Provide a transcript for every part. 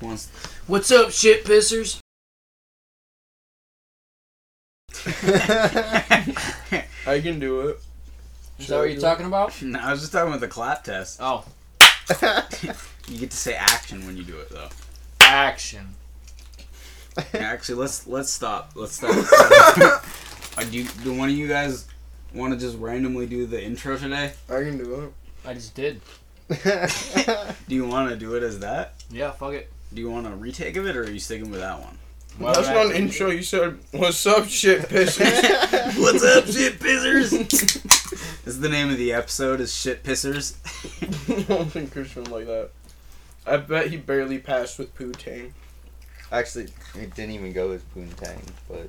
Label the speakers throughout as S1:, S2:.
S1: wants.
S2: What's up, shit pissers?
S3: I can do it.
S4: Is that what you're talking about?
S1: No, I was just talking about the clap test.
S4: Oh,
S1: You get to say action when you do it, though.
S4: action.
S1: Yeah, actually, let's let's stop. Let's stop. Uh, do, you, do one of you guys want to just randomly do the intro today?
S3: I can do
S4: I just did.
S3: it.
S1: Do you want to do it as that?
S4: Yeah, fuck it.
S1: Do you want a retake of it, or are you sticking with that one?
S4: Why
S3: That's
S4: would
S3: not
S4: I-
S3: an intro. You said, "What's up, shit pissers?"
S1: What's up, shit pissers? this is the name of the episode. Is shit pissers?
S3: I don't think Christian would like that. I bet he barely passed with Poo Tang.
S5: Actually, it didn't even go as Poontang, but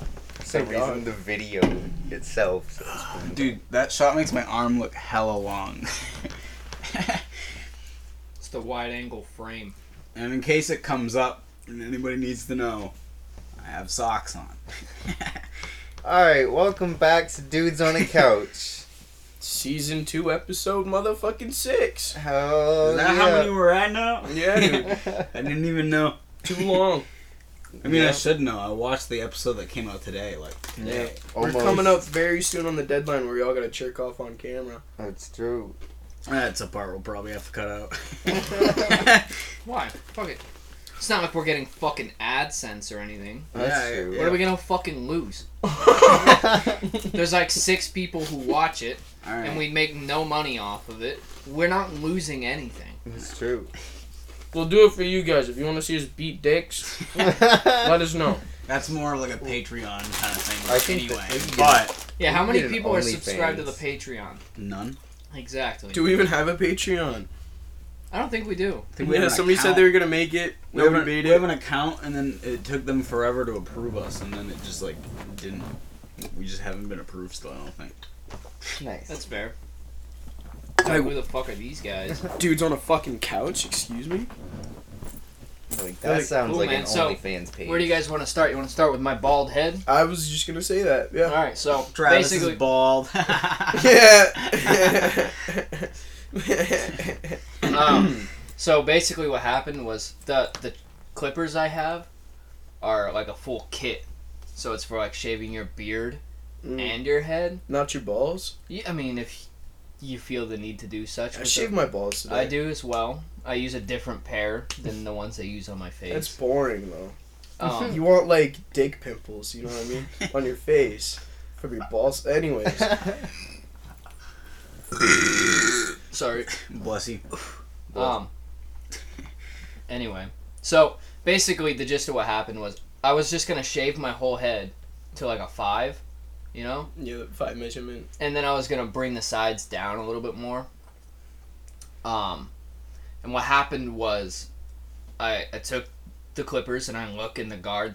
S5: for some
S3: Thank God.
S5: reason the video itself says Poontang.
S1: Dude, that shot makes my arm look hella long.
S4: It's the wide angle frame.
S1: and in case it comes up, and anybody needs to know, I have socks on.
S5: Alright, welcome back to Dudes on a Couch.
S3: Season two, episode motherfucking six.
S5: Hell
S1: is that how many
S5: yeah.
S1: we're at now?
S3: Yeah, dude.
S1: I didn't even know.
S3: Too long.
S1: I mean, I
S5: Yeah.
S1: should know. I watched the episode that came out today. Like, eh, today.
S3: We're
S5: Almost.
S3: coming up very soon on the deadline where y'all gotta jerk off on camera.
S5: That's true.
S1: That's a part we'll probably have to cut out.
S4: Why? Fuck it. It's not like we're getting fucking AdSense or anything.
S5: That's
S1: Yeah,
S5: true.
S4: What are we gonna fucking lose? There's like six people who watch it,
S1: All right.
S4: and we make no money off of it. We're not losing anything.
S5: That's true.
S3: We'll do it for you guys. If you wanna see us beat dicks, let us know.
S1: That's more like a Patreon kind of thing.
S5: I think
S1: anyway,
S5: that we can-
S1: but
S4: Yeah,
S5: We
S4: how
S5: can
S4: many
S5: get an
S4: people are subscribed to the
S5: OnlyFans.
S4: Patreon?
S1: none.
S4: Exactly.
S3: Do we even have a Patreon?
S4: I don't think we do.
S1: I think we
S3: Yeah,
S1: have an
S3: somebody said
S1: account.
S3: they were gonna make it.
S1: We have,
S3: Nobody
S1: an,
S3: made
S1: we have an
S3: it.
S1: account, and then it took them forever to approve us, and then it just like didn't. We just haven't been approved still. I don't think.
S4: That's
S5: nice.
S4: fair.
S3: Like-
S4: who the fuck are these guys?
S3: Dude's on a fucking couch. Excuse me.
S5: Like, that
S3: Like,
S5: sounds
S4: cool,
S5: like
S4: man.
S5: an
S4: So,
S5: OnlyFans page.
S4: Where do you guys want to start? You want to start with my bald head?
S3: I was just gonna say that. Yeah.
S4: All right, so
S1: Travis
S4: basically,
S1: is bald.
S3: Yeah.
S4: um, so basically, what happened was the the clippers I have are like a full kit. So it's for like shaving your beard
S3: Hmm.
S4: and your head.
S3: Not your balls.
S4: Yeah, I mean, if you feel the need to do such,
S3: I
S4: with
S3: shave my balls
S4: the-
S3: today.
S4: I do as well. I use a different pair than the ones I use on my
S3: That's
S4: face.
S3: boring though.
S4: Um,
S3: You want like dick pimples, you know what I mean, on your face from your balls. Anyways,
S4: sorry.
S1: Bless you.
S4: Um. Anyway, so basically, the gist of what happened was I was just gonna shave my whole head to like a five, you know,
S3: yeah, the five measurement.
S4: and then I was gonna bring the sides down a little bit more. Um, and what happened was, I I took the clippers and I look in the guard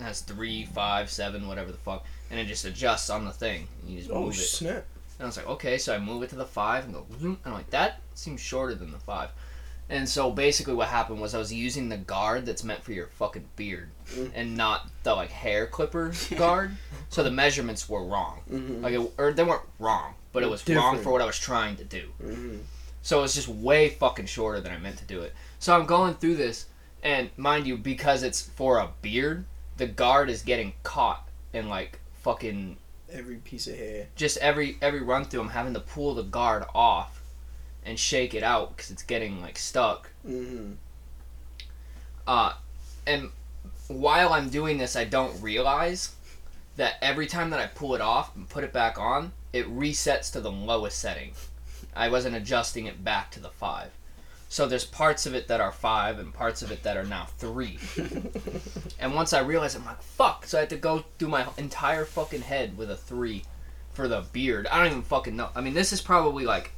S4: has three, five, seven, whatever the fuck, and it just adjusts on the thing. You just
S3: Oh
S4: move it.
S3: snap!
S4: And I was like, okay, so I move it to the five and go, zoom. And I'm like, that seems shorter than the five. And so basically, what happened was I was using the guard that's meant for your fucking beard
S3: Mm.
S4: and not the like hair clipper guard. so the measurements were wrong.
S3: Mhm.
S4: Like, it, or they weren't wrong, but it was wrong
S3: Different.
S4: for what I was trying to do.
S3: Mhm.
S4: So it's just way fucking shorter than I meant to do it. So I'm going through this, and mind you, because it's for a beard, the guard is getting caught and like fucking
S3: Every piece of hair.
S4: just every every run through, I'm having to pull the guard off and shake it out because it's getting like stuck.
S3: Mm-hmm.
S4: Uh, and while I'm doing this, I don't realize that every time that I pull it off and put it back on, it resets to the lowest setting. I wasn't adjusting it back to the five. So there's parts of it that are five and parts of it that are now three. and once I realized, I'm like, fuck. So I had to go through my entire fucking head with a three for the beard. I don't even fucking know. I mean, this is probably like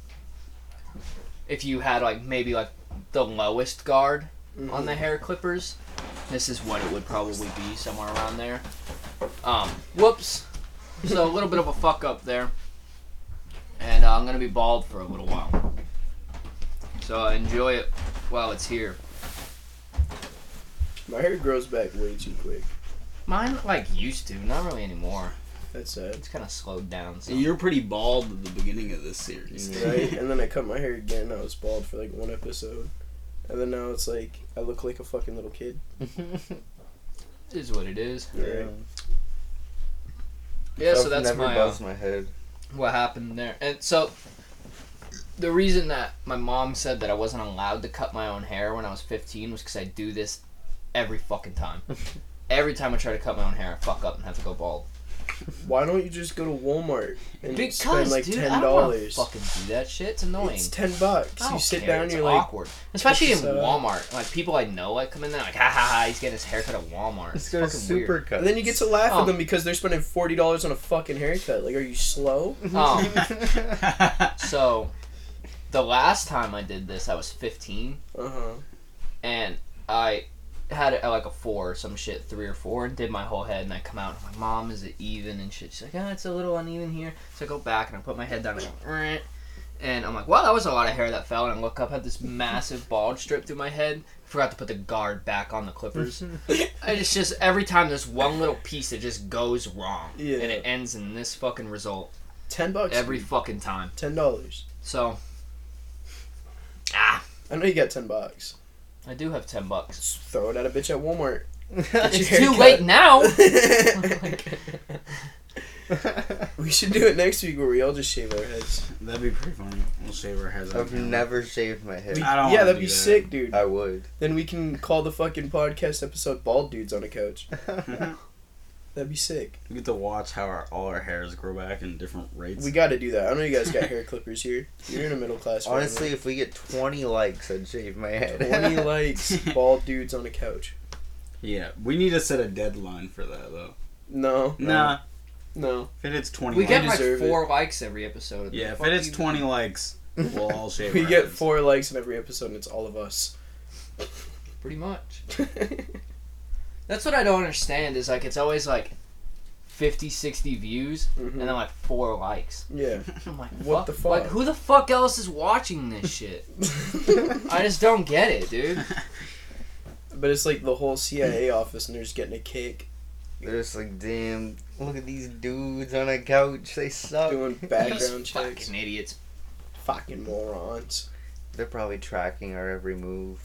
S4: if you had like maybe like the lowest guard on the hair clippers. This is what it would probably be somewhere around there. Um, whoops. So a little bit of a fuck up there, and uh, I'm gonna be bald for a little while. So uh, enjoy it while it's here.
S3: Mm-hmm. My hair grows back way too quick.
S4: Mine like used to, not really anymore.
S3: That's sad.
S4: It's kind of slowed down. So.
S1: You're pretty bald at the beginning of this series.
S3: Right, and then I cut my hair again. I was bald for like one episode. and then now it's like I look like a fucking little kid.
S4: It is what it is.
S3: Yeah.
S4: Yeah, so
S5: Stuff
S4: that's
S5: never
S4: my uh,
S5: buzzed my head.
S4: what happened there. And so the reason that my mom said that I wasn't allowed to cut my own hair when I was 15 was because I do this every fucking time. every time I try to cut my own hair, I fuck up and have to go bald.
S3: Why don't you just go to Walmart and
S4: Because
S3: spend like
S4: dude, I
S3: ten
S4: don't wanna
S3: dollars?
S4: fucking do that shit. It's annoying.
S3: It's ten bucks.
S4: I
S3: You
S4: don't
S3: sit
S4: care.
S3: down,
S4: it's
S3: you're like,
S4: awkward. Especially in
S3: "This is, uh,
S4: Walmart. Like people I know like come in there like ha ha ha he's getting his haircut at Walmart.
S5: Let's
S4: It's
S5: go to
S4: fucking weird.
S5: Supercuts.
S3: and then you get to laugh
S4: Oh.
S3: at them because they're spending forty dollars on a fucking haircut. Like, are you slow?
S4: Um, so the last time I did this I was 15
S3: Uh huh.
S4: and I had it at like a four or some shit, three or four, and did my whole head. And I come out and I'm like, Mom, is it even? And shit. She's like, ah, it's a little uneven here. So I go back and I put my head down and I go, "Eh." and I'm like, wow, that was a lot of hair that fell. And I look up, had this massive bald strip through my head. Forgot to put the guard back on the clippers. and it's just every time there's one little piece that just goes wrong.
S3: Yeah.
S4: And it ends in this fucking result
S3: Ten bucks.
S4: every
S3: dude.
S4: fucking time.
S3: ten dollars.
S4: So, ah,
S3: I know you got ten bucks.
S4: I do have 10 bucks.
S3: Just throw it at a bitch at Walmart.
S4: It's
S3: Your
S4: too
S3: haircut.
S4: late now.
S3: we should do it next week where we all just shave our heads.
S1: That'd be pretty funny. We'll shave our heads.
S5: I've never shaved my
S3: We-
S5: head.
S1: I don't
S3: yeah,
S1: wanna
S3: that'd
S1: do
S3: be
S1: that.
S3: sick, dude.
S5: I would.
S3: Then we can call the fucking podcast episode "Bald Dudes on a Couch."
S1: we
S3: That'd be sick.
S1: get to watch how our, all our hairs grow back in different rates.
S3: We got to do that. I know you guys got hair clippers here. You're in a middle class. family.
S5: Honestly, if we get 20 likes, I'd shave my head.
S3: 20 likes, bald dudes on a couch.
S1: yeah, we need to set a deadline for that though.
S3: No.
S1: Nah,
S3: No.
S1: if it hits twenty,
S4: We
S1: likes,
S4: get like
S3: deserve it.
S4: four likes every episode.
S1: yeah, if
S4: Fuck
S1: it hits
S4: you.
S1: twenty likes, we'll all shave.
S3: We
S1: our
S3: get
S1: heads.
S3: four likes in every episode, and it's all of us. Mm-hmm.
S4: pretty much. That's what I don't understand is like it's always like 50, 60 views
S3: Mhm.
S4: and then like four likes.
S3: Yeah.
S4: I'm like,
S3: What the fuck?
S4: Like, who the fuck else is watching this shit? I just don't get it, dude.
S3: but it's like the whole CIA office, and they're just getting a kick,
S5: They're just like, damn, look at these dudes on a couch. They suck.
S3: doing background
S4: These
S3: checks.
S4: fucking idiots.
S3: Fucking morons.
S5: They're probably tracking our every move.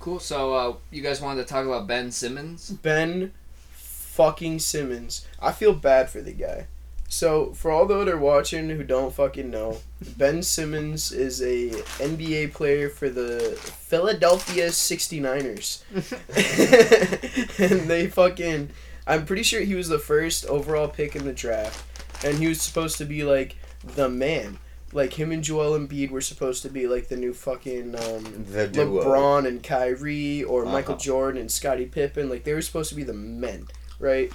S4: Cool. So uh, you guys wanted to talk about Ben Simmons?
S3: Ben fucking Simmons. I feel bad for the guy. So, for all those that are watching who don't fucking know, Ben Simmons is a NBA player for the Philadelphia 69ers. and they fucking I'm pretty sure he was the first overall pick in the draft and he was supposed to be like the man. Like him and Joel Embiid were supposed to be like the new fucking um
S5: The duo.
S3: LeBron and Kyrie or Michael
S5: Uh-huh.
S3: Jordan and Scottie Pippen, like they were supposed to be the men, right?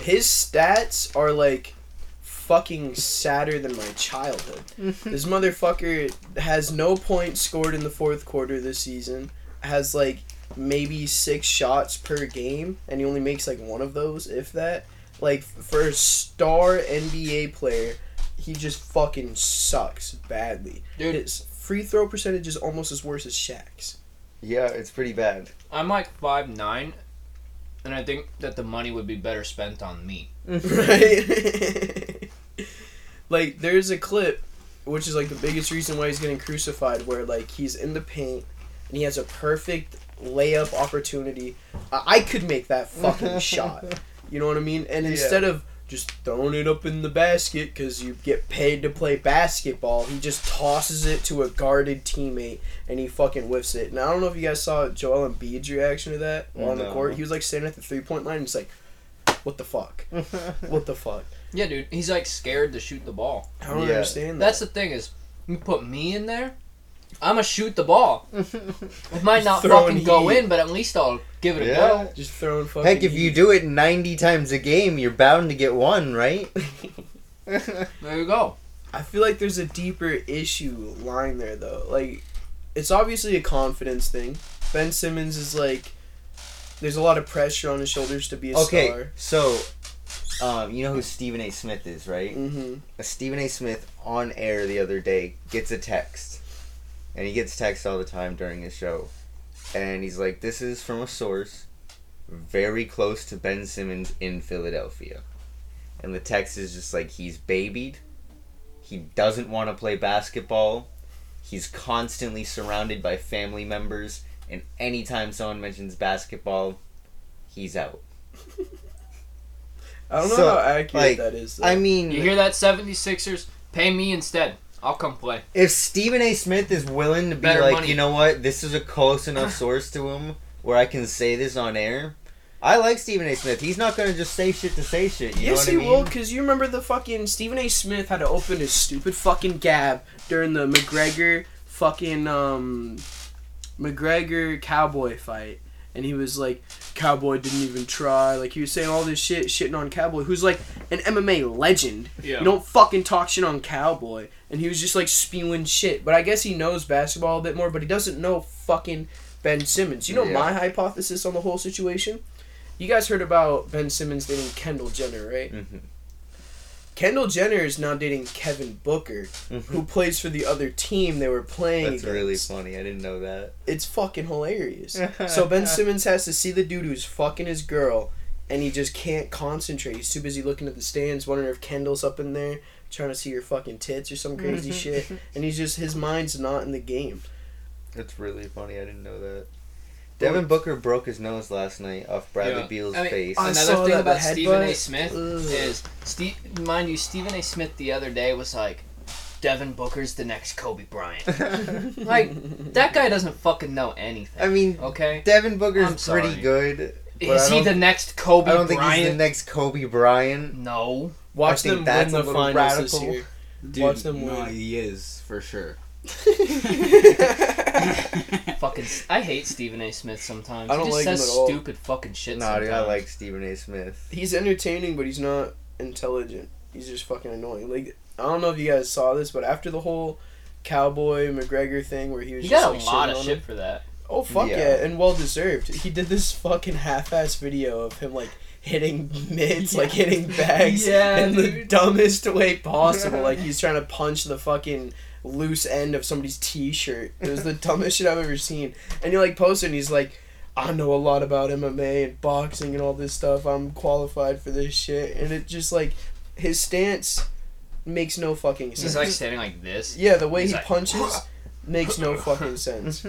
S3: His stats are like fucking sadder than my childhood. this motherfucker has no points scored in the fourth quarter this season. Has like maybe six shots per game, and he only makes like one of those, if that. Like for a star NBA player, he just fucking sucks badly.
S4: Dude.
S3: His free throw percentage is almost as worse as Shaq's.
S5: Yeah, it's pretty bad.
S4: I'm like five nine, and I think that the money would be better spent on me.
S3: right? like there's a clip, which is like the biggest reason why he's getting crucified, where like he's in the paint and he has a perfect layup opportunity. I, I could make that fucking shot. You know what I mean? And
S5: Yeah.
S3: instead of just throwing it up in the basket because you get paid to play basketball, he just tosses it to a guarded teammate and he fucking whiffs it. And I don't know if you guys saw Joel Embiid's reaction to that on the
S5: No.
S3: court. He was like standing at the three point line and he's like, what the fuck? What the fuck?
S4: Yeah, dude. He's like scared to shoot the ball.
S3: I don't
S5: Yeah.
S3: understand that.
S4: That's the thing is, you put me in there, I'm gonna shoot the ball. It might not
S3: Throwing
S4: fucking go
S3: heat.
S4: in, but at least I'll give it a
S5: Yeah.
S4: go.
S3: just throwing fucking.
S5: Heck, if you do it 90 times a game, you're bound to get one, right?
S4: There you go.
S3: I feel like there's a deeper issue lying there though. Like, it's obviously a confidence thing. Ben Simmons is like, there's a lot of pressure on his shoulders to be a
S5: okay,
S3: star.
S5: so, um, you know who Stephen A. Smith is, right?
S3: Mm-hmm.
S5: Stephen A. Smith on air the other day gets a text, and he gets text all the time during his show, and he's like, "This is from a source very close to Ben Simmons in Philadelphia," and the text is just like, "He's babied, he doesn't want to play basketball, He's constantly surrounded by family members, and anytime someone mentions basketball, he's out.
S3: I don't know
S5: So,
S3: how accurate
S5: like,
S3: that is. uh, Though.
S5: I mean,
S4: You hear that, 76ers? Pay me instead. I'll come play.
S5: if Stephen A. Smith is willing to be
S4: Better
S5: like,
S4: money.
S5: you know what, this is a close enough source to him where I can say this on air. I like Stephen A. Smith. He's not gonna just say shit to say shit. You
S3: yes,
S5: know
S3: he
S5: what I mean?
S3: will, because you remember the fucking Stephen A. Smith had to open his stupid fucking gab during the McGregor fucking um McGregor Cowboy fight, and he was like, Cowboy didn't even try. Like he was saying all this shit, shitting on Cowboy, who's like an MMA legend.
S4: Yeah.
S3: You don't fucking talk shit on Cowboy, and he was just like spewing shit. But I guess he knows basketball a bit more, but he doesn't know fucking Ben Simmons. You know
S5: Yeah.
S3: my hypothesis on the whole situation. You guys heard about Ben Simmons dating Kendall Jenner, right?
S5: Mhm.
S3: Kendall Jenner is now dating Kevin Booker, who plays for the other team they were playing.
S5: Mm-hmm. That's really
S3: against.
S5: funny. I didn't know that.
S3: It's fucking hilarious. so Ben Simmons has to see the dude who's fucking his girl, and he just can't concentrate. He's too busy looking at the stands, wondering if Kendall's up in there trying to see your fucking tits or some crazy shit. And he's just his mind's not in the game.
S5: That's really funny. I didn't know that. Devin Booker broke his nose last night off Bradley
S4: Yeah.
S5: Beal's
S4: I mean,
S5: face.
S3: I saw
S4: Another thing
S3: that,
S4: about
S3: the
S4: Stephen A.
S3: headbutt.
S4: Smith
S3: Ugh.
S4: is, Ste mind you, Stephen A. Smith the other day was like, Devin Booker's the next Kobe Bryant. like, that guy doesn't fucking know anything.
S5: I mean,
S4: okay?
S5: Devin
S4: I'm
S5: Booker's
S4: sorry.
S5: pretty good. but I
S4: Is he
S5: don't-
S4: the next Kobe
S5: I don't think
S4: Bryant?
S5: he's the next Kobe Bryant.
S4: no.
S3: Watch
S5: think
S3: them
S5: that's
S3: win
S5: a
S3: the
S5: little
S3: finals this
S5: radical.
S3: year.
S1: Dude,
S3: Watch them
S1: no,
S3: win.
S1: he is for sure.
S4: Fucking, I hate Stephen A. Smith sometimes.
S3: I don't
S4: he just
S3: like him
S4: says
S3: at all.
S4: stupid fucking shit.
S5: Nah,
S4: sometimes.
S5: dude, I like Stephen A. Smith.
S3: he's entertaining, but he's not intelligent. He's just fucking annoying. Like I don't know if you guys saw this, but after the whole Cowboy McGregor thing where he was
S4: He
S3: just
S4: got
S3: like,
S4: a lot
S3: shitting
S4: of
S3: on
S4: shit
S3: him.
S4: for that.
S3: Oh fuck yeah.
S5: Yeah.
S3: and well deserved. He did this fucking half-ass video of him like hitting mids, like hitting bags
S4: Yeah,
S3: in the
S4: dude.
S3: dumbest way possible. like he's trying to punch the fucking loose end of somebody's t-shirt. It was the dumbest shit I've ever seen. And he like posted and he's like I know a lot about MMA and boxing and all this stuff. I'm qualified for this shit. And it just like his stance makes no fucking sense.
S4: He's like standing like this.
S3: yeah, the way
S4: he's
S3: he
S4: like-
S3: punches makes no fucking sense.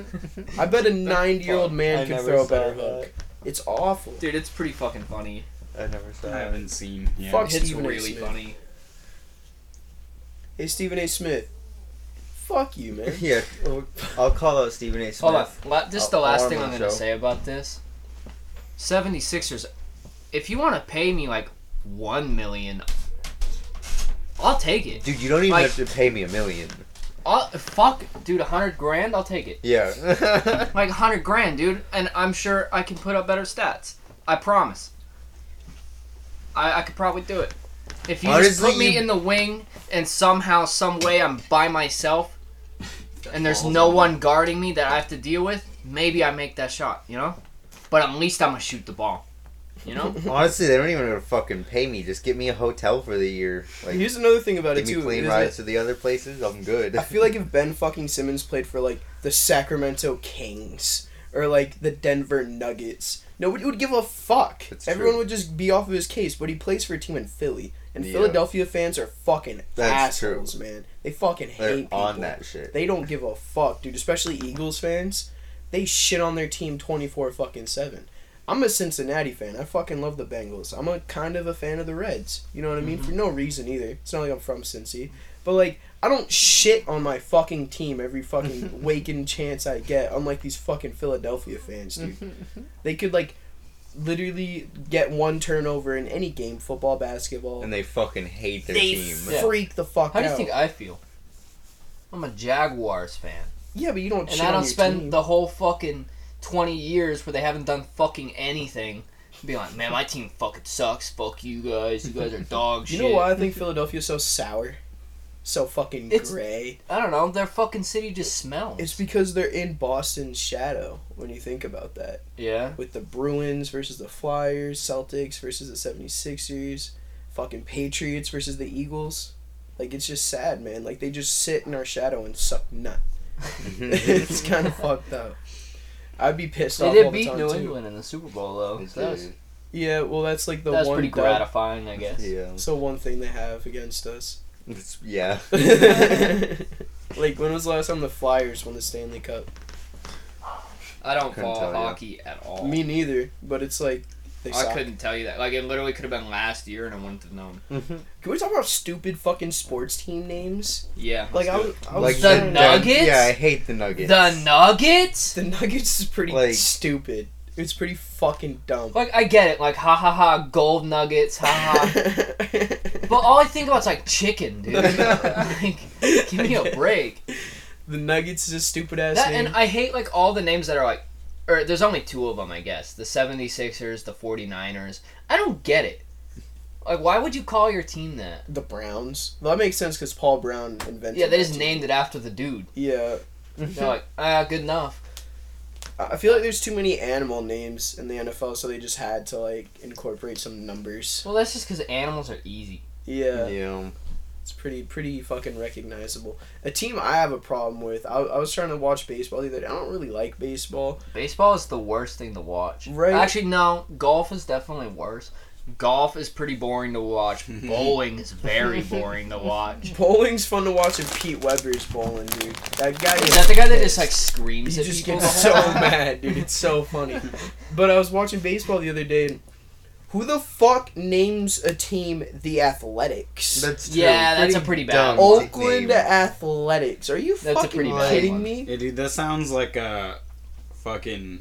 S3: I bet a 90 year old
S5: I
S3: man can
S5: never
S3: throw a
S5: saw
S3: better
S5: that.
S3: hook. It's awful.
S4: Dude, it's pretty fucking funny.
S5: I never saw
S1: I
S5: that.
S1: haven't seen. Yeah.
S3: Fuck
S4: It's
S3: Stephen A.
S4: really
S3: Smith.
S4: funny.
S3: Hey, Stephen A. Smith. Fuck you, man.
S5: Yeah, I'll call out Stephen A. Smith.
S4: Hold on. La- this is the
S5: I'll-
S4: last
S5: I'll
S4: thing
S5: on
S4: I'm
S5: the
S4: going to
S5: show.
S4: say about this. 76ers, if you want to pay me like 1 million, I'll take it.
S5: Dude, you don't even
S4: Like-
S5: have to pay me a million.
S4: I'll, fuck, dude, 100 grand, I'll take it.
S5: Yeah.
S4: Like 100 grand, dude, and I'm sure I can put up better stats. I promise. I, I could probably do it. If you just
S5: Honestly,
S4: put me
S5: you-
S4: in the wing and somehow, some way I'm by myself and there's
S1: falls
S4: no
S1: on
S4: one guarding me that I have to deal with, maybe I make that shot, you know? But at least I'm gonna shoot the ball. You know?
S5: Honestly, they don't even have to fucking pay me. Just give me a hotel for the year. Like,
S3: Here's another thing about
S5: give
S3: it,
S5: me
S3: too.
S5: plane
S3: isn't
S5: rides
S3: it?
S5: to the other places. I'm good.
S3: I feel like if Ben fucking Simmons played for, like, the Sacramento Kings or, like, the Denver Nuggets, nobody would give a fuck.
S5: That's
S3: Everyone
S5: true.
S3: would just be off of his case, but he plays for a team in Philly. And
S5: Yeah.
S3: Philadelphia fans are fucking
S5: That's true.
S3: assholes, man. They fucking hate
S5: They're
S3: people.
S5: on that shit.
S3: They don't give a fuck, dude. Especially Eagles fans. They shit on their team 24 fucking 7. I'm a Cincinnati fan. I fucking love the Bengals. I'm a kind of a fan of the Reds. You know what I mean? For
S4: Mm-hmm.
S3: no reason either. It's not like I'm from Cincy. But like, I don't shit on my fucking team every fucking waking chance I get, unlike these fucking Philadelphia fans, dude. they could like literally get one turnover in any game, football, basketball.
S5: And
S3: And
S5: they fucking hate their
S3: they
S5: team.
S4: Yeah.
S3: freak the fuck
S4: How do
S3: out.
S4: you think I feel? I'm a Jaguars fan.
S3: yeah, but you don't
S4: and
S3: shit
S4: I
S3: on
S4: don't
S3: your
S4: spend
S3: team.
S4: the whole fucking twenty years where they haven't done fucking anything. Be like, man, my team fucking sucks. Fuck you guys. You guys are dog
S3: You
S4: shit.
S3: know why I think Philadelphia's so sour? So fucking
S4: It's-
S3: gray.
S4: I don't know. Their fucking city just smells.
S3: It's because they're in Boston's shadow when you think about that.
S4: yeah.
S3: With the Bruins versus the Flyers, Celtics versus the 76ers, fucking Patriots versus the Eagles. Like, it's just sad, man. Like, they just sit in our shadow and suck nut. it's kind of fucked up. I'd be pissed
S4: They
S3: off all
S4: did
S3: the
S4: beat
S3: time,
S4: New
S3: too.
S4: England in the Super Bowl though. So that was,
S5: Dude,
S3: Yeah, well, that's like the
S4: that was
S3: one
S4: pretty
S3: dub-
S4: gratifying, I guess.
S5: Yeah.
S3: So one thing they have against us.
S5: It's- yeah.
S3: Like, when was the last time the Flyers won the Stanley Cup?
S4: I don't
S5: Couldn't
S4: follow
S5: tell ya.
S4: hockey at all.
S3: Me neither, but it's like. They
S4: I
S3: suck.
S4: couldn't tell you that. Like it literally could have been last year, and I wouldn't have known.
S3: Can we talk about stupid fucking sports team names?
S4: Yeah.
S3: Like, I was. I was
S5: Like
S4: The
S5: the
S3: trying to-
S4: Nuggets?
S5: Yeah, I hate the Nuggets.
S4: the Nuggets.
S3: The Nuggets is pretty
S5: Like-
S3: stupid. It's pretty fucking dumb.
S4: Like I get it. Like ha ha ha, gold Nuggets. Ha ha. but all I think about is like chicken, dude. like, give me a break.
S3: The Nuggets is a stupid ass
S4: That,
S3: name.
S4: and I hate like all the names that are like, or there's only two of them, I guess. The 76ers, the 49ers. I don't get it. Like, why would you call your team that?
S3: the Browns. Well, that makes sense because Paul Brown invented.
S4: Yeah, they
S3: that
S4: just
S3: team.
S4: named it after the dude.
S3: Yeah,
S4: They're like, ah, good enough.
S3: I I feel like there's too many animal names in the NFL, so they just had to like incorporate some numbers.
S4: Well, that's just because animals are easy.
S3: Yeah,
S5: Yeah.
S3: it's pretty pretty fucking recognizable. A team I have a problem with. I, I was trying to watch baseball the other day. I don't really like baseball.
S4: Baseball is the worst thing to watch.
S3: Right.
S4: Actually, no. Golf is definitely worse. Golf is pretty boring to watch. Bowling is very boring to watch.
S3: Bowling's fun to watch if Pete Weber's bowling, dude. That guy
S4: Is
S3: gets
S4: that the guy that just
S3: pissed.
S4: like screams
S3: He
S4: at
S3: just
S4: people?
S3: gets
S4: the
S3: so
S4: whole time?
S3: mad, dude. It's so funny. But I was watching baseball the other day, and who the fuck names a team the Athletics?
S5: That's
S4: Yeah, that's a pretty bad
S5: dumb
S4: one.
S3: Oakland
S5: name.
S3: Athletics. Are you
S4: That's a
S3: fucking
S4: pretty
S5: bad
S3: kidding
S4: one.
S3: me?
S1: Yeah, dude, that sounds like a fucking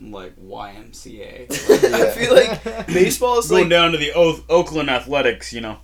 S1: like YMCA.
S3: I feel like baseball is
S1: Going
S3: like
S1: down to the Oath- Oakland Athletics, you know.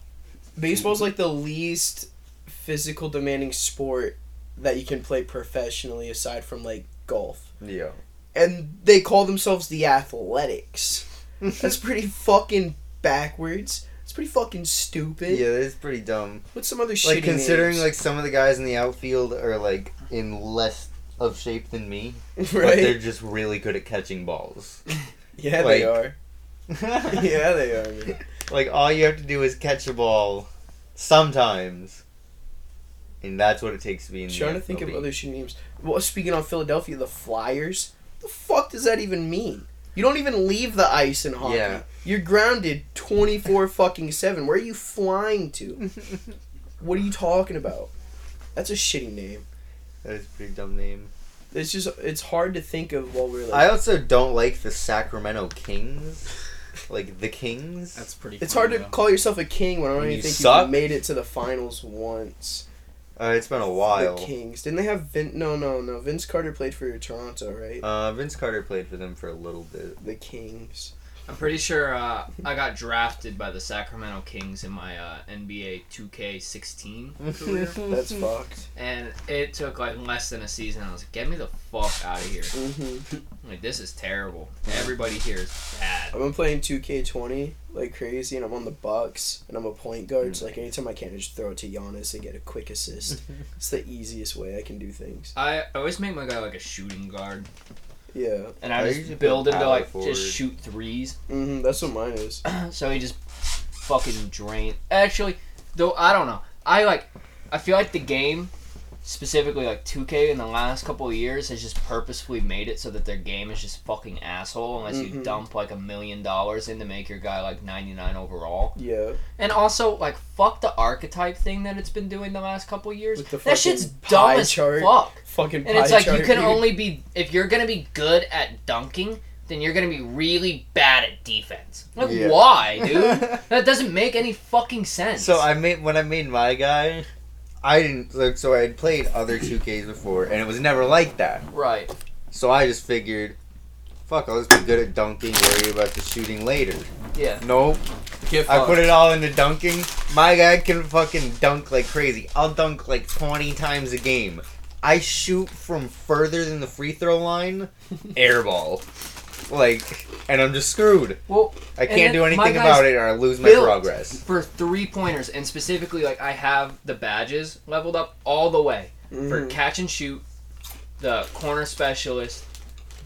S3: baseball's like the least physical demanding sport that you can play professionally aside from like golf.
S5: Yeah.
S3: And they call themselves the Athletics. That's pretty fucking backwards. It's pretty fucking stupid.
S5: Yeah, that's pretty dumb.
S3: What's some other
S5: Like
S3: shitty
S5: considering
S3: names?
S5: like some of the guys in the outfield are like in less of shape than me, but they're
S3: right?
S5: just really good at catching balls.
S3: Yeah, they
S5: like-
S3: are. Yeah, they are. man.
S5: like all you have to do is catch a ball sometimes. And that's what it takes to be in the
S3: Trying to think of
S5: MLB.
S3: other shitty names. Well, speaking of Philadelphia, the Flyers. The fuck does that even mean? You don't even leave the ice in hockey.
S5: Yeah.
S3: You're grounded twenty four fucking seven. Where are you flying to? what are you talking about? That's a shitty name.
S5: That is a pretty dumb name.
S3: It's just it's hard to think of while we're
S5: I
S3: like.
S5: also don't like the Sacramento Kings. Like the Kings.
S1: That's pretty.
S3: it's
S1: funny,
S3: hard to
S1: though.
S3: call yourself a king when I don't
S5: When
S3: even
S5: you
S3: think
S5: suck?
S3: you made it to the finals once.
S5: uh, it's been a
S3: The
S5: while.
S3: Kings didn't they have Vin? No, no, no. Vince Carter played for Toronto, right?
S5: Uh, Vince Carter played for them for a little bit.
S3: the Kings.
S4: I'm pretty sure uh, I got drafted by the Sacramento Kings in my uh, NBA 2K16 career,
S3: That's fucked.
S4: and it took like less than a season. I was like, "Get me the fuck out of here!
S3: hmm
S4: Like this is terrible. Everybody here is bad."
S3: I've been playing 2K20 like crazy, and I'm on the Bucks, and I'm a point guard. So like anytime I can, I just throw it to Giannis and get a quick assist. it's the easiest way I can do things.
S4: I I always make my guy like a shooting guard,
S3: Yeah,
S4: and
S5: I
S4: I,
S5: usually
S4: just build him to
S5: power
S4: like
S5: forward.
S4: just shoot threes.
S3: hmm that's what mine is.
S4: so he just fucking drained. Actually, though I don't know. I like. I feel like the game, specifically like 2K, in the last couple of years has just purposefully made it so that their game is just fucking asshole. Unless you
S3: Mhm.
S4: dump like a million dollars in to make your guy like 99 overall.
S3: Yeah,
S4: And also like fuck the archetype thing that it's been doing the last couple of years.
S3: With the
S4: That shit's
S3: fucking
S4: dumb
S3: pie
S4: as
S3: chart.
S4: fuck.
S3: fucking.
S4: And it's like you can only be if you're gonna be good at dunking, then you're gonna be really bad at defense. Like
S5: Yeah.
S4: why, dude? that doesn't make any fucking sense.
S5: So I made when I made my guy, I didn't like. So I had played other two Ks before, and it was never like that.
S4: right,
S5: So I just figured, fuck, I'll just be good at dunking. Worry about the shooting later.
S4: yeah.
S5: Nope.
S3: Get
S5: I put it all into dunking. My guy can fucking dunk like crazy. I'll dunk like 20 times a game. I shoot from further than the free throw line, airball. Like, and I'm just screwed.
S4: Well,
S5: I
S4: And then
S5: can't do
S4: my
S5: anything
S4: guy's
S5: about it or I lose my
S4: built.
S5: progress.
S4: for three pointers and specifically, like I have the badges leveled up all the way
S3: Mm-hmm.
S4: for
S5: Mm-hmm.
S4: catch and shoot, the corner specialist,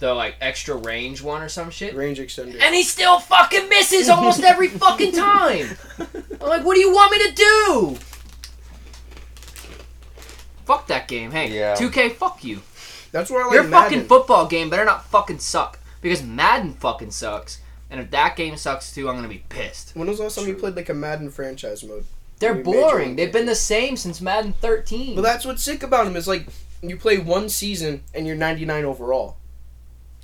S4: the like extra range one or some shit.
S3: range extender.
S4: And he still fucking misses almost every fucking time. I'm like, what do you want me to do? Fuck that game. Hey,
S5: Yeah.
S4: 2K, fuck you.
S3: that's where I like
S4: Your
S3: Madden.
S4: fucking football game better not fucking suck. Because Madden fucking sucks. And if that game sucks too, I'm gonna be pissed.
S3: when was the last time you
S5: True.
S3: played like a Madden franchise mode?
S4: They're
S3: Every major
S4: boring.
S3: league
S4: They've been the same since Madden 13.
S3: But that's what's sick about him is like you play one season and you're 99 overall.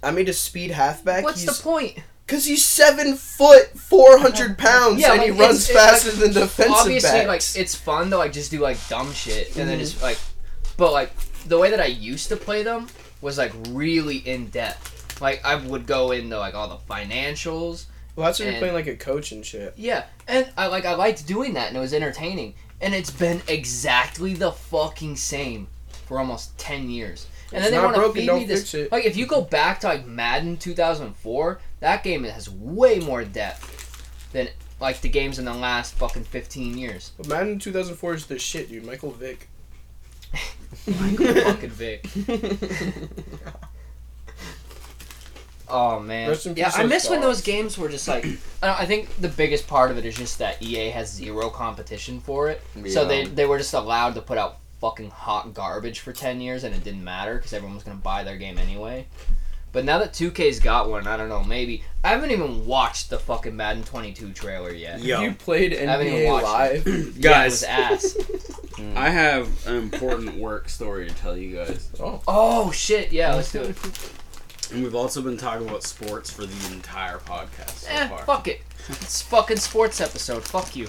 S3: I made a speed halfback.
S4: What's
S3: he's,
S4: the point?
S3: Cause he's seven foot, 400 pounds, and he
S4: like,
S3: runs
S4: it's- it's,
S3: faster
S4: like,
S3: than defensive
S4: Obviously,
S3: backs. Mm-hmm.
S4: like it's fun to like just do like dumb shit and then just like, but like the way that I used to play them was like really in depth. Like I would go into like all the financials.
S3: well, that's when
S4: and-
S3: you're playing like a coach and shit.
S4: Yeah, and I like I liked doing that and it was entertaining. And it's been exactly the fucking same for almost ten years. And then
S3: It's
S4: they
S3: not
S4: want to
S3: broken,
S4: feed
S3: don't
S4: me this.
S3: fix it.
S4: Like if you go back to like Madden 2004, that game has way more depth than like the games in the last fucking 15 years.
S3: But Madden 2004 is the shit, dude. Michael Vick. Oh
S4: fucking Vic. Oh man,
S3: Rest in
S4: yeah,
S3: peace,
S4: I
S3: those
S4: miss when
S3: dogs.
S4: those games were just like. I, don't- I think the biggest part of it is just that EA has zero competition for it, so they
S5: Yeah.
S4: they were just allowed to put out fucking hot garbage for ten years, and it didn't matter because everyone was gonna buy their game anyway. But now that 2K's got one, I don't know. Maybe I haven't even watched the fucking Madden 22 trailer yet. Yeah,
S1: Yo,
S3: You played
S4: haven't even
S3: NBA
S4: watched
S3: Live.
S1: guys,
S4: it was ass.
S1: I have an important work story to tell you guys,
S4: oh shit, yeah, let's do it.
S1: and we've also been talking about sports for the entire podcast so
S4: Eh,
S1: far.
S4: fuck it. It's fucking sports episode. Fuck you.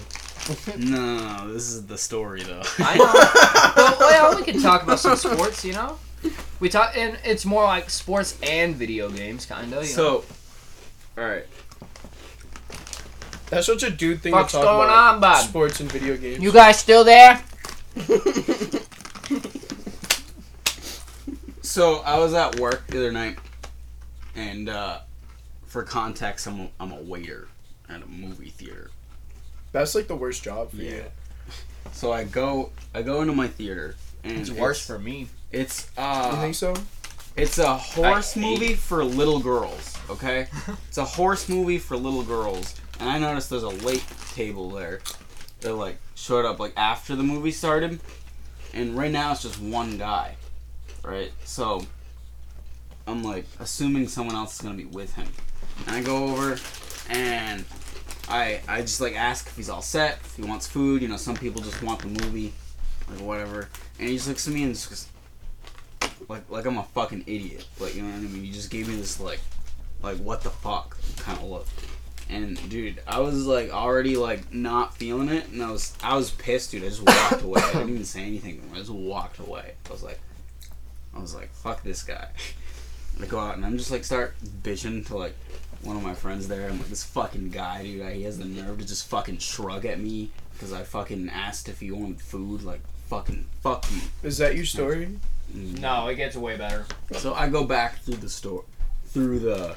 S1: No, this is the story though.
S4: I know. but well, yeah, we can talk about some sports, you know. We talk, and it's more like sports and video games, kind of. You know?
S1: so, all right.
S3: That's such a dude thing
S4: Fuck's
S3: to talk
S4: going
S3: about.
S4: on, bud?
S3: Sports and video games.
S4: You guys still there?
S1: So I was at work the other night, and uh, for context, I'm a, I'm a waiter at a movie theater.
S3: That's like the worst job for you.
S1: So I go I go into my theater, and
S4: It's worse for me.
S1: It's
S3: You
S1: uh,
S3: think so?
S1: it's a horse
S4: I hate
S1: movie for little girls. Okay, it's a horse movie for little girls, and I noticed there's a late table there. That like showed up like after the movie started, and right now it's just one guy, right? So I'm like assuming someone else is gonna be with him, and I go over, and I I just like ask if he's all set, if he wants food. You know, some people just want the movie, like whatever. And he just looks at me and just goes, like like I'm a fucking idiot. Like you know what I mean? You just gave me this like like what the fuck kind of look. And dude, I was like already like not feeling it, and I was I was pissed, dude. I just walked away. I didn't even say anything. to him. I just walked away. I was like, I was like, fuck this guy. I go out and I'm just like start bitching to like one of my friends there. I'm like this fucking guy, dude. He has the nerve to just fucking shrug at me because I fucking asked if he wanted food. Like fucking fuck you.
S3: Is that your story?
S4: No, it gets way better.
S1: So I go back through the store, through the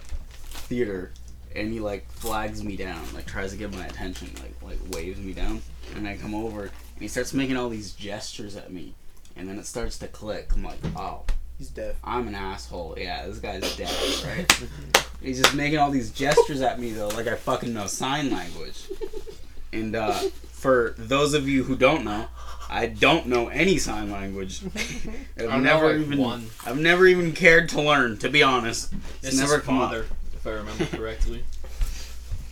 S1: theater, and he like flags me down, like tries to get my attention, like like waves me down, and I come over and he starts making all these gestures at me, and then it starts to click. I'm like, oh,
S3: He's deaf.
S1: I'm an asshole. Yeah, this guy's dead, right? He's just making all these gestures at me though, like I fucking know sign language. And uh, for those of you who don't know, I don't know any sign language. I've
S4: I know,
S1: never
S4: like,
S1: even
S4: one.
S1: I've never even cared to learn, to be honest. It's never come up.
S4: if I remember correctly.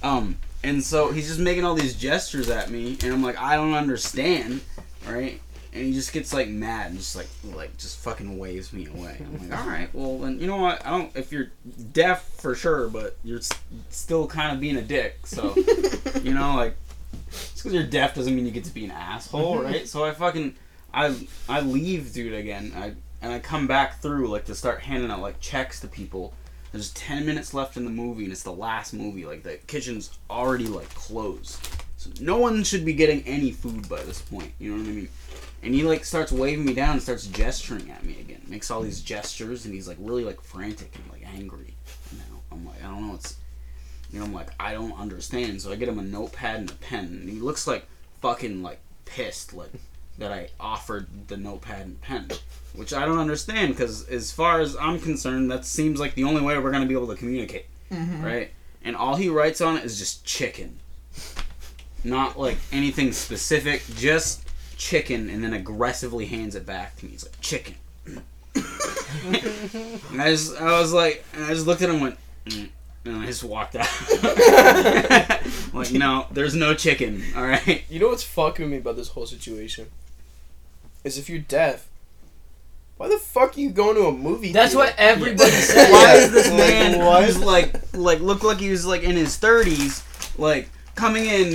S1: Um, and so he's just making all these gestures at me, and I'm like, I don't understand, right? And he just gets like mad and just like like just fucking waves me away. I'm like, all right, well then you know what? I don't. If you're deaf for sure, but you're s- still kind of being a dick, so you know like just because you're deaf doesn't mean you get to be an asshole, right? So I fucking I I leave, dude, again. I and I come back through like to start handing out like checks to people. There's 10 minutes left in the movie, and it's the last movie. Like, the kitchen's already, like, closed. So no one should be getting any food by this point. You know what I mean? And he, like, starts waving me down and starts gesturing at me again. Makes all these gestures, and he's, like, really, like, frantic and, like, angry. Now I'm like, I don't know. It's, you know, I'm like, I don't understand. So I get him a notepad and a pen, and he looks, like, fucking, like, pissed, like, that I offered the notepad and pen which I don't understand because, as far as I'm concerned, that seems like the only way we're going to be able to communicate, right? And all he writes on it is just chicken, not like anything specific, just chicken, and then aggressively hands it back to me. He's like chicken, and I just I was like, and I just looked at him and went, mm, And I just walked out. I'm like, no, there's no chicken, alright?
S3: You know what's fucking with me about this whole situation? Is if you're deaf, why the fuck are you going to a movie?
S4: That's
S3: theater?
S4: what everybody says.
S1: Why
S5: Yeah.
S1: is this
S5: Like,
S1: man
S5: what?
S1: who's like like looked like he was like in his thirties, like coming in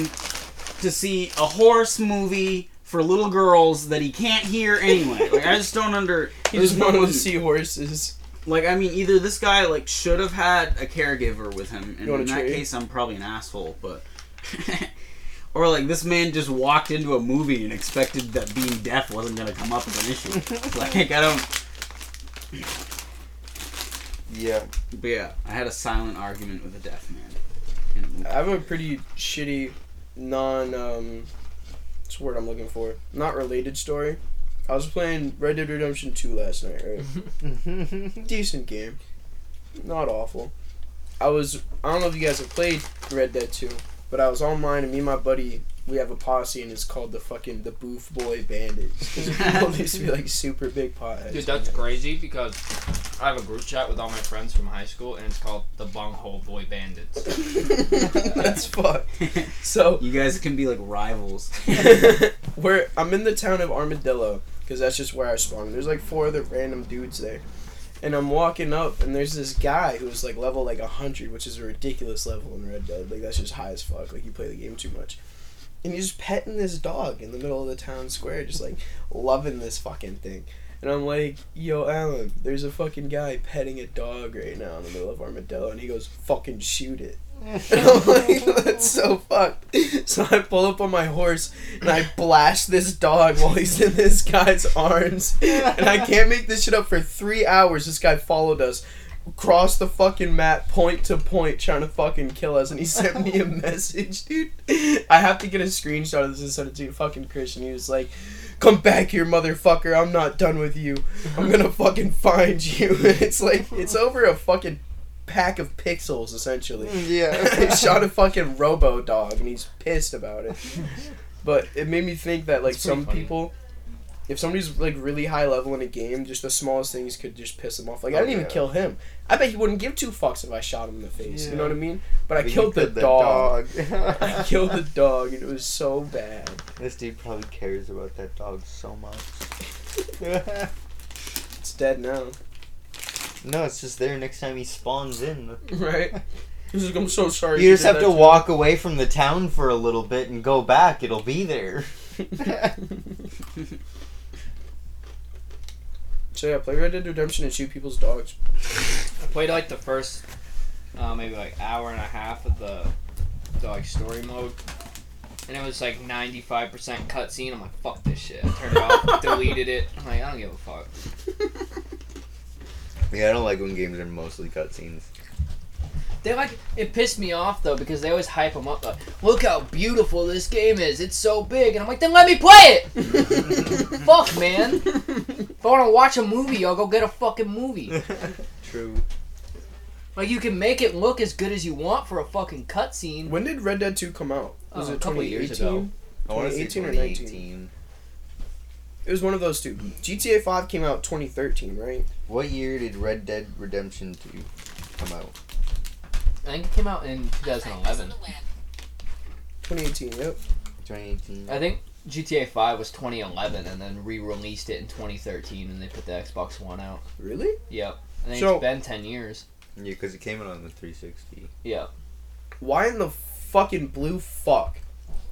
S1: to see a horse movie for little girls that he can't hear anyway. Like I just don't under
S3: He
S1: there's
S3: just
S1: no
S3: wanted
S1: one-
S3: to see horses.
S1: Like I mean, either this guy like should have had a caregiver with him, and
S3: You want a
S1: in that
S3: tree?
S1: case, I'm probably an asshole. But or like this man just walked into a movie and expected that being deaf wasn't gonna come up as an issue. like I don't.
S5: Yeah.
S1: But yeah, I had a silent argument with a deaf man. In a movie.
S3: I have a pretty shitty, non um, what's the word I'm looking for? Not related story. I was playing Red Dead Redemption Two last night, right? Decent game, not awful. I was I don't know if you guys have played Red Dead Two, but I was online and me and my buddy we have a posse and it's called the fucking the Boof Boy Bandits. 'Cause people used to be like super big potheads.
S4: Dude, that's crazy because I have a group chat with all my friends from high school, and it's called the Bunghole Boy Bandits.
S3: that's fucked. So
S1: you guys can be like rivals.
S3: where I'm in the town of Armadillo because that's just where I spawned. There's like four other random dudes there, and I'm walking up and there's this guy who's like level like hundred, which is a ridiculous level in Red Dead. Like that's just high as fuck. Like you play the game too much. And he's just petting this dog in the middle of the town square, just like loving this fucking thing. And I'm like, yo, Alan, there's a fucking guy petting a dog right now in the middle of Armadillo. And he goes, fucking shoot it. And I'm like, that's so fucked. So I pull up on my horse and I blast this dog while he's in this guy's arms. And I can't make this shit up for three hours. This guy followed us across the fucking map, point to point, trying to fucking kill us. And he sent me a message, dude. I have to get a screenshot of this and send it to you, fucking Christian. He was like, Come back here, motherfucker. I'm not done with you. I'm gonna fucking find you. it's like, it's over a fucking pack of pixels, essentially. they
S5: Yeah.
S3: shot a fucking robo dog and he's pissed about it. But it made me think that like
S4: That's pretty
S3: some
S4: funny.
S3: people if somebody's like really high level in a game, just the smallest things could just piss him off. Like I
S5: Oh,
S3: didn't even
S5: yeah.
S3: kill him. I bet he wouldn't give two fucks if I shot him in the face. You know
S5: Yeah.
S3: what I mean? But I killed the, dog. I killed the dog and it was so bad.
S5: This dude probably cares about that dog so much.
S3: It's dead now.
S5: no, it's just there next time he spawns in.
S3: Right? He's like, I'm so sorry.
S5: You just
S3: did
S5: have
S3: that
S5: to
S3: me."
S5: walk away from the town for a little bit and go back. It'll be there.
S3: so yeah, play Red Dead Redemption and shoot people's dogs.
S4: I played like the first uh, maybe like hour and a half of the, the like story mode, and it was like 95% cutscene. I'm like, fuck this shit. I turned it off, deleted it. I'm like, I don't give a fuck.
S5: Yeah, I don't like when games are mostly cutscenes.
S4: They like it pissed me off though because they always hype them up like, look how beautiful this game is. It's so big, and I'm like, then let me play it. Fuck, man. If I want to watch a movie, I'll go get a fucking movie.
S5: True.
S4: Like you can make it look as good as you want for a fucking cutscene.
S3: When did Red Dead 2 come out? Was
S4: Oh,
S3: it
S4: a couple years
S3: 2018?
S4: ago.
S5: I want to say
S3: 2018 or 19?
S5: 2018.
S3: It was one of those two. GTA 5 came out 2013, right?
S5: What year did Red Dead Redemption 2 come out?
S4: I think it came out in 2011.
S3: 2018, yep.
S5: 2018.
S4: I think GTA 5 was 2011, and then re-released it in 2013, and they put the Xbox One out.
S3: Really?
S4: Yep. I think
S3: So-
S4: it's been 10 years.
S5: Yeah, because it came out on the 360.
S4: Yep.
S3: Why in the fucking blue fuck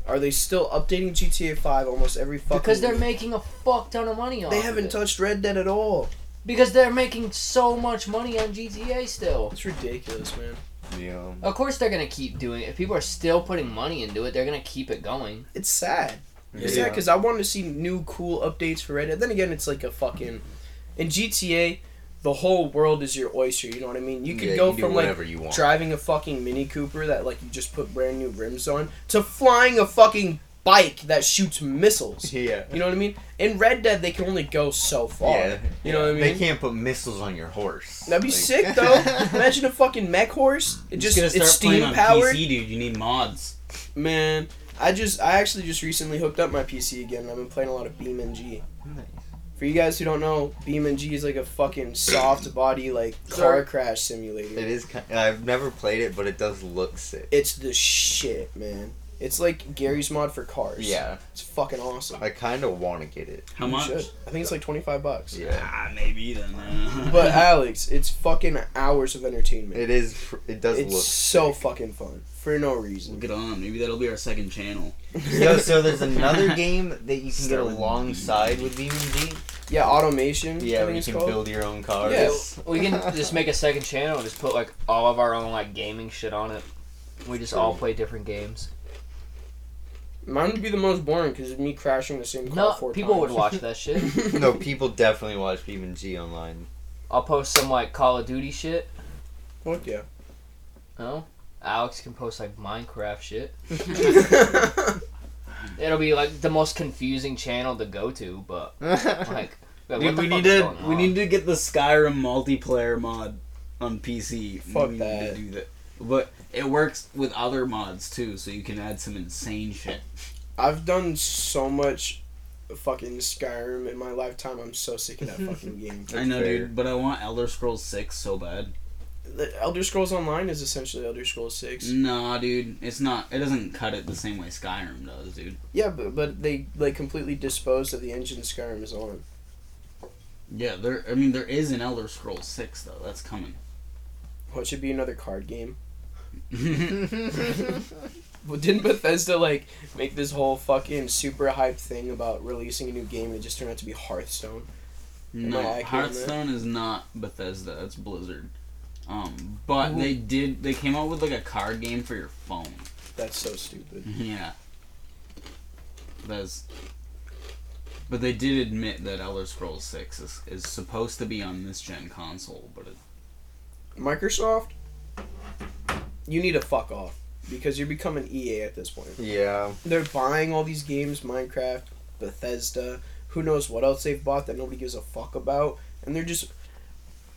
S3: are they still updating GTA 5 almost every fucking
S4: Because they're
S3: week?
S4: making a fuck ton of money on.
S3: They haven't touched Red Dead at all.
S4: Because they're making so much money on GTA still.
S3: It's ridiculous, man.
S5: Yeah.
S4: Of course they're gonna keep doing it. If people are still putting money into it, they're gonna keep it going.
S3: It's sad. It's sad
S5: Yeah.
S3: because I wanted to see new cool updates for Red Dead. Then again, it's like a fucking in GTA, the whole world is your oyster. You know what I mean? You could
S5: Yeah,
S3: go
S5: can do
S3: from like
S5: whatever you want.
S3: driving a fucking Mini Cooper that like you just put brand new rims on to flying a fucking bike that shoots missiles.
S5: yeah.
S3: You know what I mean? In Red Dead, they can only go so far.
S5: Yeah.
S3: You know what I mean?
S5: They can't put missiles on your horse.
S3: That'd be
S5: Like-
S3: sick though. Imagine a fucking mech horse. It just, it's steam powered.
S1: PC, dude. You need mods.
S3: Man, I just I actually just recently hooked up my PC again. I've been playing a lot of BeamNG.
S5: Nice.
S3: For you guys who don't know, BeamNG is like a fucking soft body like car
S2: Sir.
S3: crash simulator.
S5: It is. ki- I've never played it, but it does look sick.
S3: It's the shit, man. It's like Gary's mod for cars.
S5: Yeah,
S3: It's fucking awesome.
S5: I kind of want to get it.
S1: How
S3: You
S1: much?
S3: should. I think it's like 25 bucks.
S5: Yeah,
S1: Ah, maybe then. uh,
S3: But Alex, it's fucking hours of entertainment.
S5: it is. pr- It does
S3: it's
S5: look.
S3: so fucking fun for no reason.
S1: we'll get on. Maybe that'll be our second channel.
S5: Yo, so there's another game that you can get
S1: Sterling.
S5: alongside with BMG.
S3: yeah, automation. I
S5: Yeah, where
S3: think
S5: you
S3: it's
S5: can
S3: called.
S5: build your own cars.
S3: Yes.
S4: We can just make a second channel and just put like all of our own like gaming shit on it. We just all play different games.
S3: Mine would be the most boring because it's me crashing the same car
S4: No,
S3: four
S4: people
S3: times.
S4: would watch that shit.
S5: No, people definitely watch BMG online.
S4: I'll post some like Call of Duty shit.
S3: Fuck yeah.
S4: No, Alex can post like Minecraft shit. It'll be like the most confusing channel to go to, but like, like, what
S1: Dude,
S4: the
S1: we
S4: fuck
S1: need
S4: is
S1: to
S4: going
S1: we
S4: on?
S1: need to get the Skyrim multiplayer mod on PC.
S3: Fuck
S1: we Need to
S3: that.
S1: do that. But it works with other mods too, so you can add some insane shit.
S3: I've done so much fucking Skyrim in my lifetime. I'm so sick of that fucking game.
S1: I know,
S5: fair.
S1: dude, but I want Elder Scrolls Six so bad.
S3: The Elder Scrolls Online is essentially Elder Scrolls Six.
S5: Mm.
S1: Nah, dude, it's not. It doesn't cut it the same way Skyrim does, dude.
S3: Yeah, but but they like completely disposed of the engine Skyrim is on.
S1: Yeah, there. I mean, there is an Elder Scrolls Six though. That's coming.
S3: What should be another card game?
S5: That's
S3: Well, didn't Bethesda like make this whole fucking super hype thing about releasing a new game? It just turned out to be Hearthstone. I
S1: No,
S3: accurate in that?
S1: Hearthstone is not Bethesda. That's Blizzard. Um, but they did. They came out with like a card game for your phone.
S3: That's so stupid.
S1: Yeah. That's. But they did admit that Elder Scrolls Six is, is supposed to be on this gen console, but it,
S3: Microsoft, you need to fuck off because you're becoming EA at this point.
S5: yeah.
S3: They're buying all these games, Minecraft, Bethesda, who knows what else they've bought that nobody gives a fuck about, and they're just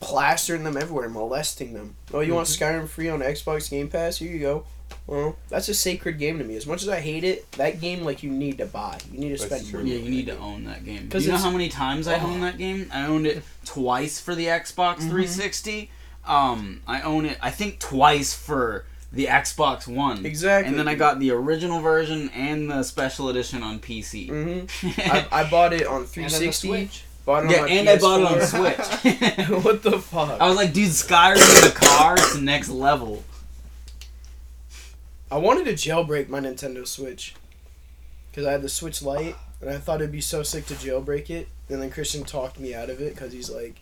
S3: plastering them everywhere, molesting them. Oh, you want
S1: Mm-hmm.
S3: Skyrim free on Xbox Game Pass? Here you go. Well, that's a sacred game to me. As much as I hate it, that game like you need to buy. You need to
S5: That's
S3: spend
S5: true.
S3: money.
S1: yeah, you need to own that game. Do
S3: 'Cause
S1: you know
S3: it's- Oh.
S1: how many times I owned that game? I owned it twice for the Xbox
S3: Mm-hmm.
S1: 360. Um, I own it. I think twice for the Xbox One.
S3: Exactly.
S1: And then I got the original version and the special edition on PC.
S3: hmm I, I bought it on
S4: And then the
S3: 360.
S4: Switch.
S3: Bought it on
S1: yeah,
S3: my
S1: and I bought it on
S3: PS4.
S1: Switch.
S3: what the fuck?
S1: I was like, dude, Skyrim in the car, it's the next level.
S3: I wanted to jailbreak my Nintendo Switch because I had the Switch Lite, and I thought it'd be so sick to jailbreak it. And then Christian talked me out of it because he's like,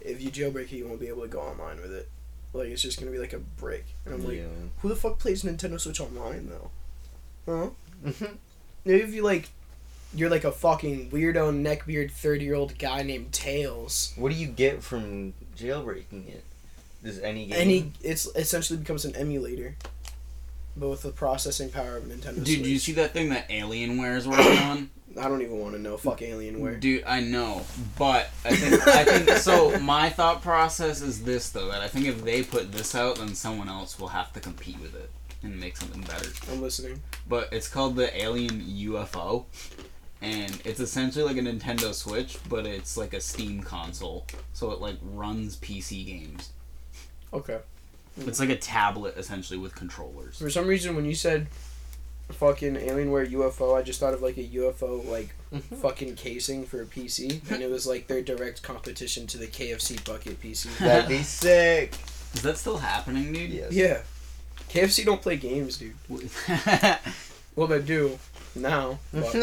S3: "If you jailbreak it, you won't be able to go online with it. Like it's just gonna be like a brick." And I'm like,
S5: yeah.
S3: "Who the fuck plays Nintendo Switch online though? Huh? Maybe if you like, you're like a fucking weirdo neckbeard thirty year old guy named Tails.
S5: What do you get from jailbreaking it? Does any game?
S3: Any, it's essentially becomes an emulator, but with the processing power of a Nintendo Switch.
S1: Dude, do you see that thing that Alienware is working on?
S3: I don't even want to know. Fuck Alienware.
S1: Dude, I know, but I think I think so. My thought process is this though: that I think if they put this out, then someone else will have to compete with it and make something better.
S3: I'm listening.
S1: But it's called the Alien UFO, and it's essentially like a Nintendo Switch, but it's like a Steam console, so it like runs PC games.
S3: Okay.
S1: It's like a tablet essentially with controllers.
S3: For some reason, when you said fucking Alienware UFO, I just thought of like a UFO like
S1: Mm-hmm.
S3: fucking casing for a PC, and it was like their direct competition to the KFC bucket PC.
S5: That'd be sick.
S1: Is that still happening, dude?
S5: Yes.
S3: yeah. KFC don't play games, dude. Well, they do now. but-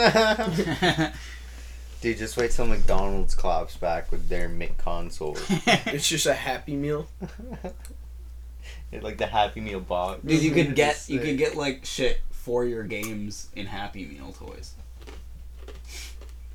S5: Dude, just wait till McDonald's claps back with their Mick console.
S3: it's just a Happy Meal.
S5: It- like the Happy Meal box.
S1: Dude, you could
S5: It'd be
S1: get you could
S5: sick.
S1: get like shit for your games in Happy Meal toys.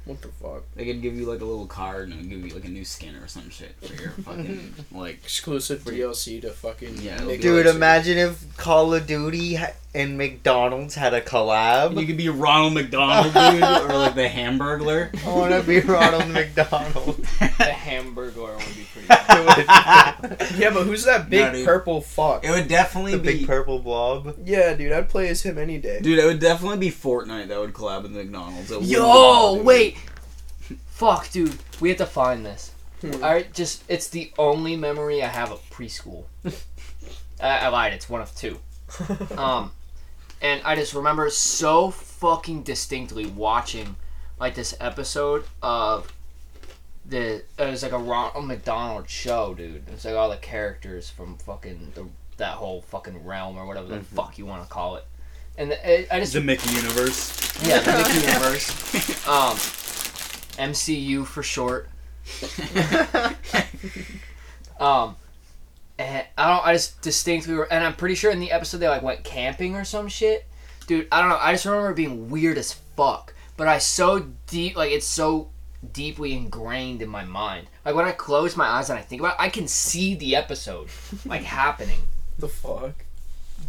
S3: What the fuck?
S1: They could give you like a little card and it would give you like a new skin or some shit for your fucking like.
S3: Exclusive DLC to fucking
S1: Yeah, it'll be
S3: Nick
S5: Dude,
S3: Larson.
S5: imagine if Call of Duty ha- and McDonald's had a collab.
S1: You could be Ronald McDonald, dude, or like the Hamburglar.
S5: I want to be Ronald McDonald.
S4: The Hamburglar would be pretty. Cool.
S3: Yeah, but who's that big
S1: Nah, dude.
S3: purple fuck?
S1: It would definitely
S5: the
S1: be.
S5: big purple blob.
S3: Yeah, dude, I'd play as him any day.
S1: Dude, it would definitely be Fortnite that would collab with McDonald's. It would be
S4: Yo,
S1: wild, dude.
S4: wait. Fuck, dude, we have to find this.
S3: Hmm.
S4: All right, just it's the only memory I have of preschool. I, I lied. It's one of two. Um, and I just remember so fucking distinctly watching like this episode of the it was like a Ronald McDonald show, dude. It was like all the characters from fucking the, that whole fucking realm or whatever the fuck you want to call it. And it, I just
S1: The Mickey Universe.
S4: yeah, the Mickey universe. Um, MCU for short. um, and I don't. I just distinctly, re- and I'm pretty sure in the episode they like went camping or some shit. Dude, I don't know. I just remember it being weird as fuck. But I so deep, like it's so deeply ingrained in my mind. Like when I close my eyes and I think about it, I can see the episode like happening.
S3: The fuck.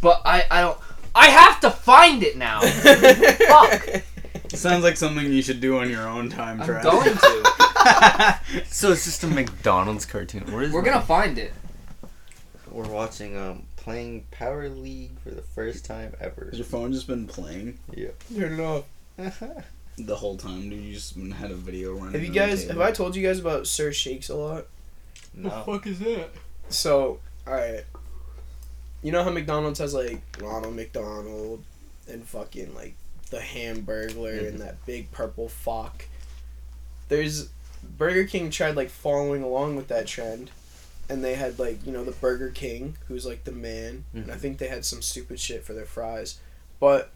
S4: But I, I don't. I have to find it now. Fuck.
S1: Sounds like something you should do on your own time,
S4: I'm
S1: Travis.
S4: going to.
S6: So it's just a McDonald's cartoon. Where is
S4: We're gonna find it.
S5: We're watching um playing Power League for the first time ever.
S1: Has your phone just been playing
S3: Turn it off.
S1: the whole time, dude? You just been- had a video running.
S3: Have you
S1: on the
S3: guys? Have
S1: table.
S3: I told you guys about Sir Shakes a lot?
S1: Oh.
S5: no.
S6: fuck is that?
S3: So, alright. You know how McDonald's has like Ronald McDonald and fucking like the hamburglar and that big purple fuck? There's Burger King tried like following along with that trend and they had like, you know, the Burger King, who's like the man, and I think they had some stupid shit for their fries. But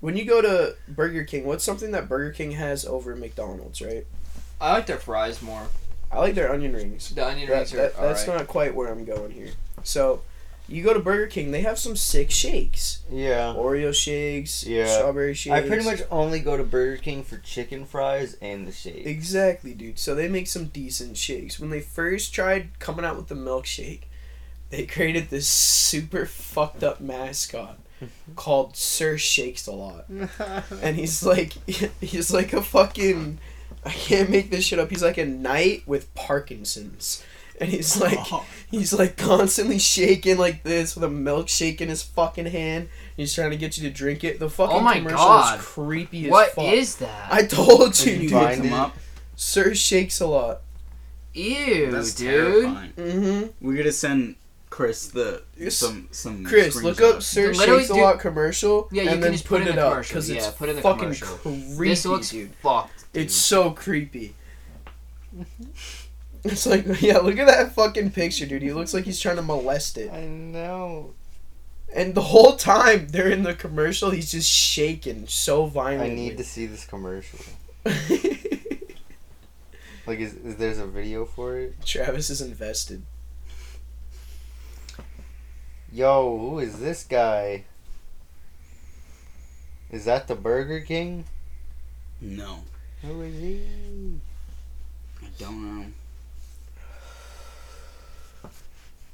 S3: when you go to Burger King, what's something that Burger King has over McDonald's, right?
S4: I like their fries more.
S3: I like their onion rings.
S4: The onion
S3: That,
S4: rings are
S3: that, that's
S4: alright.
S3: not quite where I'm going here. So, you go to Burger King, they have some sick shakes.
S1: Oh,
S5: Yeah.
S3: Oreo shakes,
S5: Yeah.
S3: strawberry shakes.
S5: I pretty much only go to Burger King for chicken fries and the shake.
S3: Exactly, dude. So they make some decent shakes. When they first tried coming out with the milkshake, they created this super fucked up mascot called Sir Shakes a lot. and he's like he's like a fucking I can't make this shit up. He's like a knight with Parkinson's. And he's like
S1: Oh,
S3: he's like constantly shaking like this with a milkshake in his fucking hand. He's trying to get you to drink it. The fucking
S4: Oh my
S3: commercial
S4: God.
S3: is creepy as
S4: What is
S3: fuck.
S4: that?
S3: I told you,
S5: Did you
S3: dude.
S5: buy
S1: Pick them
S5: Find it.
S1: up.
S3: Sir shakes a lot.
S4: Ew,
S1: That's
S4: dude.
S1: terrifying.
S3: Mm-hmm.
S1: We gotta send Chris the
S3: Yes.
S1: some some.
S3: Chris, look up
S1: screenshots.
S3: Sir
S4: Literally
S3: Shakes a
S4: do-
S3: Lot commercial.
S4: Yeah, you
S3: and
S4: can
S3: then
S4: just put it in
S3: it
S4: the
S3: up
S4: commercial.
S3: because it's
S4: Yeah, put it in the
S3: fucking
S4: commercial.
S3: creepy,
S4: This looks
S3: dude.
S4: fucked. dude.
S3: It's so creepy. It's like, yeah, look at that fucking picture, dude. He looks like he's trying to molest it.
S5: I know.
S3: And the whole time they're in the commercial, he's just shaking so
S5: I
S3: violently.
S5: need to see this commercial. Like, is, is there's a video for it?
S3: Travis is invested.
S5: Yo, who is this guy? Is that the Burger King?
S1: No,
S5: Who is he?
S1: I don't know.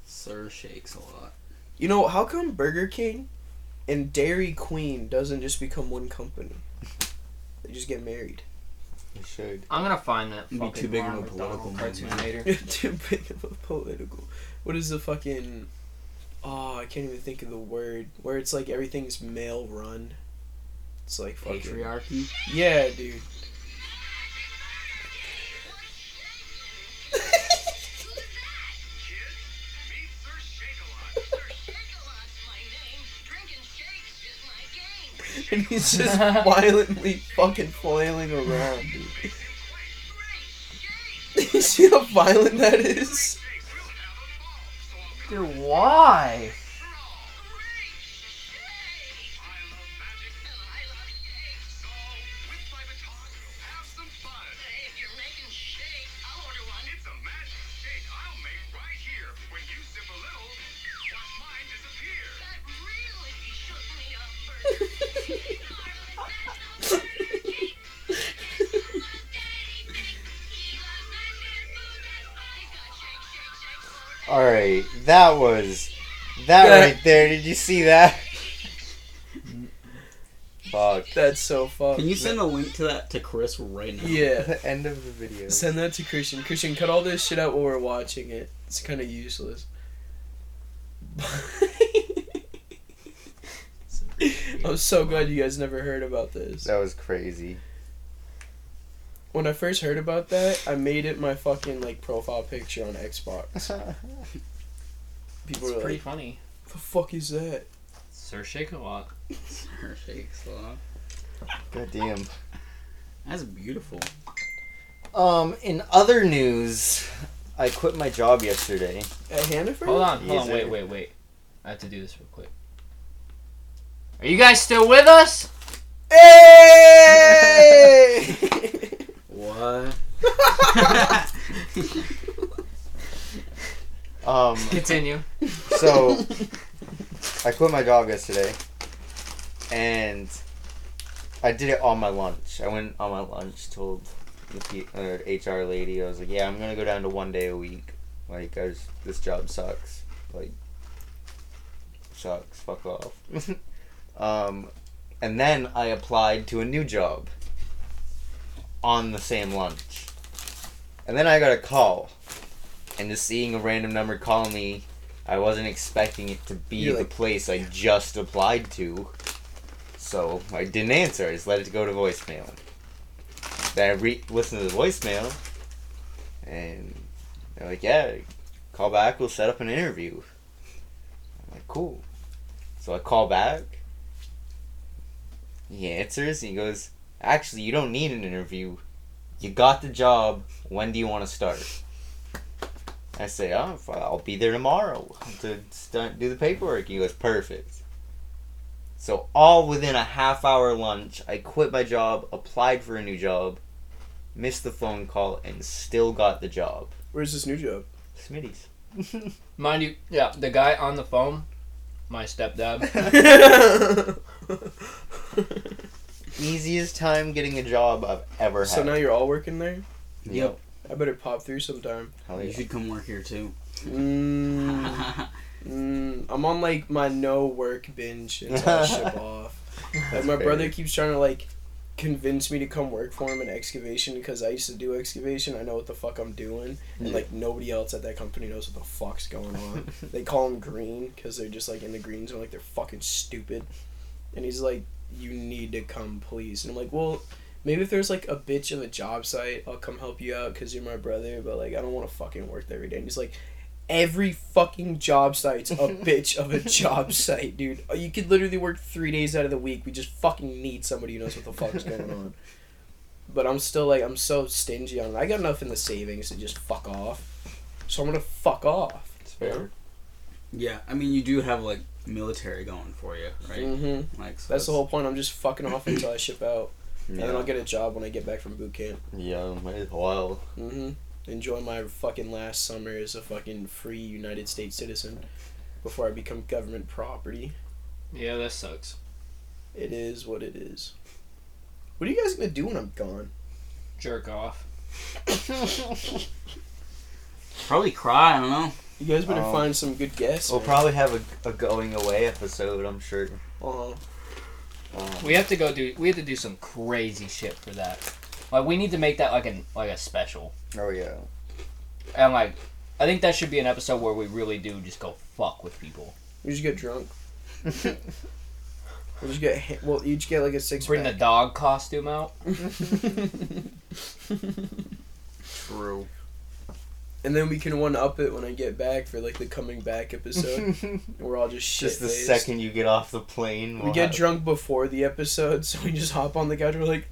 S1: Sir shakes a lot.
S3: You know, how come Burger King and Dairy Queen doesn't just become one company? They just get married.
S5: It should.
S4: I'm gonna find that
S1: It'd be
S4: fucking
S1: too big of
S4: Ronald
S1: a political
S4: McDonald
S1: movie.
S4: cartoon later.
S3: Too big of a political. What is the fucking? Oh, I can't even think of the word. Where it's like everything's male run. It's like fucking.
S1: Patriarchy.
S3: Yeah, dude. And he's just violently fucking flailing around, dude. You see how violent that is?
S4: Dude, why?
S5: Alright, that was. That
S3: That-
S5: right there, did you see that? Fuck.
S3: That's so fucked.
S1: Can you send a link to that to Chris right now?
S3: Yeah.
S5: The end of the video.
S3: Send that to Christian. Christian, cut all this shit out while we're watching it. It's kind of useless. I'm so glad you guys never heard about this.
S5: That was crazy.
S3: when I first heard about that, I made it my fucking like profile picture on Xbox. People
S4: It's
S3: were
S4: pretty
S3: like,
S4: funny.
S3: "The fuck is that?"
S4: Sir Shake a lot.
S1: Her shakes a lot.
S5: God damn.
S1: That's beautiful.
S5: Um, in other news, I quit my job yesterday.
S3: At Hannaford?
S4: Hold on, hold
S5: Yes,
S4: on,
S5: sir.
S4: wait, wait, wait. I have to do this real quick. Are you guys still with us?
S3: Hey!
S1: What?
S5: Um,
S4: Continue.
S5: so I quit my job yesterday, and I did it on my lunch. I went on my lunch, told the P- uh, HR lady, I was like, "Yeah, I'm gonna go down to one day a week. Like, I was, this job sucks. Like, sucks. Fuck off." um, and then I applied to a new job on the same lunch, and then I got a call, and just seeing a random number call me. I wasn't expecting it to be
S3: You're
S5: the
S3: like,
S5: place I just applied to. So I didn't answer. I just let it go to voicemail. Then I re- listened to the voicemail, and they're like, "Yeah, call back. We'll set up an interview." I'm like, "Cool." So I call back. He answers and he goes, "Actually, you don't need an interview. You got the job. When do you want to start?" I say, "Oh, f- I'll be there tomorrow to start do the paperwork." He goes, "Perfect." So all within a half hour lunch, I quit my job, applied for a new job, missed the phone call, and still got the job.
S3: Where's this new job?
S5: Smitty's.
S4: Mind you, yeah, the guy on the phone, my stepdad.
S5: Easiest time getting a job I've ever had.
S3: so now you're all working there.
S1: Yep.
S3: I better pop through sometime.
S5: Hell
S1: You
S5: yeah.
S1: should come work here too.
S3: Mm, mm, I'm on like my no work binge until I ship off. Like, my
S5: fair.
S3: brother keeps trying to like convince me to come work for him in excavation because I used to do excavation. I know what the fuck I'm doing, and
S5: Yeah.
S3: like nobody else at that company knows what the fuck's going on. they call him Green because they're just like in the green zone, like they're fucking stupid. And he's like, "You need to come, please." And I'm like, "Well." Maybe if there's like a bitch of a job site, I'll come help you out because you're my brother. But like, I don't want to fucking work there every day. And he's like, every fucking job site's a bitch of a job site, dude. You could literally work three days out of the week. We just fucking need somebody who knows what the fuck's going on. But I'm still like, I'm so stingy on it. I got enough in the savings to just fuck off. So I'm gonna fuck off.
S5: It's fair.
S1: yeah, I mean you do have like military going for you, right?
S3: hmm
S1: Like so
S3: That's the whole point. I'm just fucking off until I ship out, and then I'll
S5: Yeah.
S3: get a job when I get back from boot camp.
S5: Yeah, might as well.
S3: hmm Enjoy my fucking last summer as a fucking free United States citizen before I become government property.
S4: yeah, that sucks.
S3: It is what it is. What are you guys gonna do when I'm gone?
S4: Jerk off.
S1: Probably cry. I don't know.
S3: You guys better
S5: Um,
S3: find some good guess.
S5: We'll
S3: man.
S5: probably have a, a going away episode, I'm sure.
S3: Uh-huh.
S5: Um,
S4: We have to go do. We have to do some crazy shit for that. Like we need to make that like an like a special.
S5: oh yeah.
S4: And like, I think that should be an episode where we really do just go fuck with people.
S3: We just get drunk. we'll just get. ha- We'll each get like a six.
S4: Bring the
S3: pack.
S4: dog costume out.
S1: True.
S3: and then we can one up it when I get back for like the coming back episode. and we're all just shit.
S5: Just the second you get off the plane,
S3: We
S5: we'll
S3: get
S5: have-
S3: drunk before the episode, so we just hop on the couch. We're like,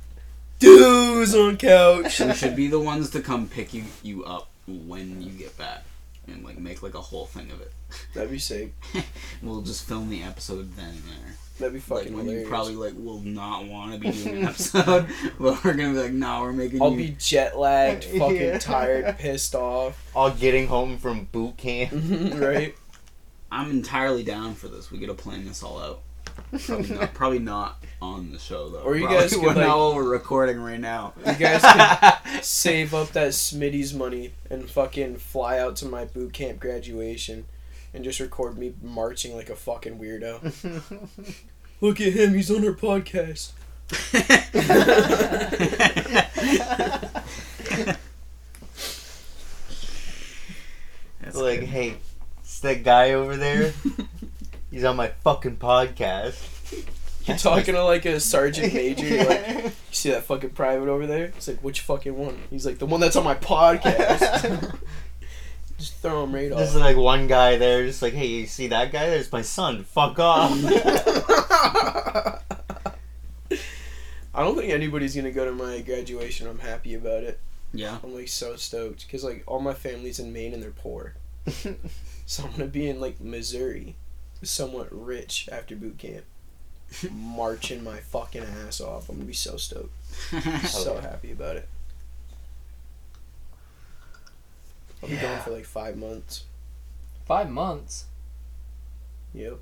S3: dudes on couch.
S1: we should be the ones to come pick you, you up when you get back and like make like a whole thing of it.
S3: That'd be sick.
S1: We'll just film the episode then and there.
S3: That'd be
S1: Like
S3: fucking
S1: when
S3: hilarious.
S1: you probably like will not want to be doing an episode, but we're gonna be like, nah, we're making
S3: I'll
S1: you.
S3: be jet lagged, fucking
S5: Yeah.
S3: tired, pissed off.
S5: all getting home from boot camp.
S3: right?
S1: I'm entirely down for this. We could have planned this all out. Probably not, probably not on the show though.
S3: Or you
S1: Probably
S3: guys could,
S1: when-
S3: like-
S1: not while we're recording right now.
S3: You guys could save up that Smitty's money and fucking fly out to my boot camp graduation and just record me marching like a fucking weirdo. Look at him, he's on our podcast.
S1: That's
S5: like,
S1: good.
S5: hey, it's that guy over there. He's on my fucking podcast.
S3: You're talking to like a sergeant major. You're like, you see that fucking private over there? It's like, which fucking one? He's like, the one that's on my podcast. Just throw him right
S5: There's
S3: off.
S5: like one guy there, just like, hey, you see that guy? There's my son. Fuck off.
S3: I don't think anybody's gonna go to my graduation. I'm happy about it.
S1: Yeah.
S3: I'm like so stoked because like all my family's in Maine and they're poor, so I'm gonna be in like Missouri, somewhat rich after boot camp, marching my fucking ass off. I'm gonna be so stoked, so
S5: yeah.
S3: happy about it. I'll be gone
S5: Yeah.
S3: for like five months.
S4: Five months.
S3: Yep,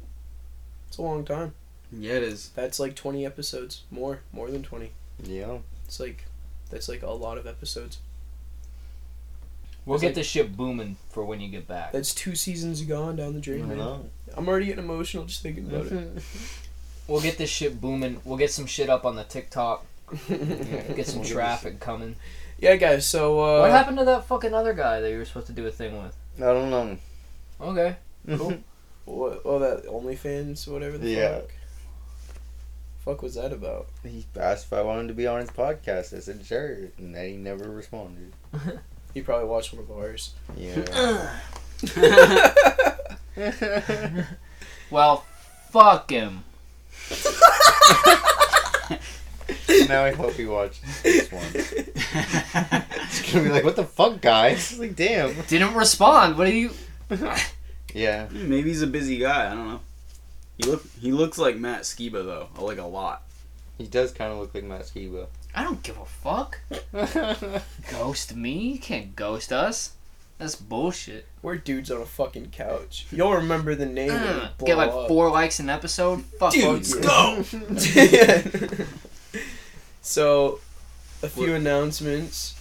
S3: it's a long time.
S1: yeah, it is.
S3: That's like 20 episodes, more, more than 20.
S5: yeah.
S3: It's like that's like a lot of episodes.
S4: We'll
S3: It's
S4: get
S3: like-
S4: this shit booming for when you get back.
S3: That's two seasons gone down the
S5: I
S3: drain. Man.
S5: know.
S3: I'm already getting emotional just thinking about it.
S4: We'll get this shit booming. We'll get some shit up on the TikTok. Get some traffic coming.
S3: Yeah, guys. So uh,
S4: what happened to that fucking other guy that you were supposed to do a thing with?
S5: I don't know.
S4: Okay.
S3: Cool. What, oh, that OnlyFans, whatever the
S5: Yeah.
S3: fuck. Fuck was that about?
S5: he asked if I wanted to be on his podcast. I said sure, and then he never responded.
S3: You probably watched one of ours.
S5: Yeah.
S4: Well, fuck him.
S5: now I hope he watched this one. He's gonna be like, what the fuck, guys? It's like, damn.
S4: Didn't respond. What are you?
S5: Yeah.
S1: Hmm, Maybe he's a busy guy. I don't know. He look he looks like Matt Skiba though, like a lot.
S5: He does kind of look like Matt Skiba.
S4: I don't give a fuck. Ghost me? You can't ghost us. That's bullshit.
S3: We're dudes on a fucking couch. You'll remember the name. when you
S4: Ugh,
S3: blow
S4: Mm, Get like
S3: up.
S4: four likes an episode. Fuck
S3: Dudes,
S4: you.
S3: go! so, a few
S1: What-
S3: announcements.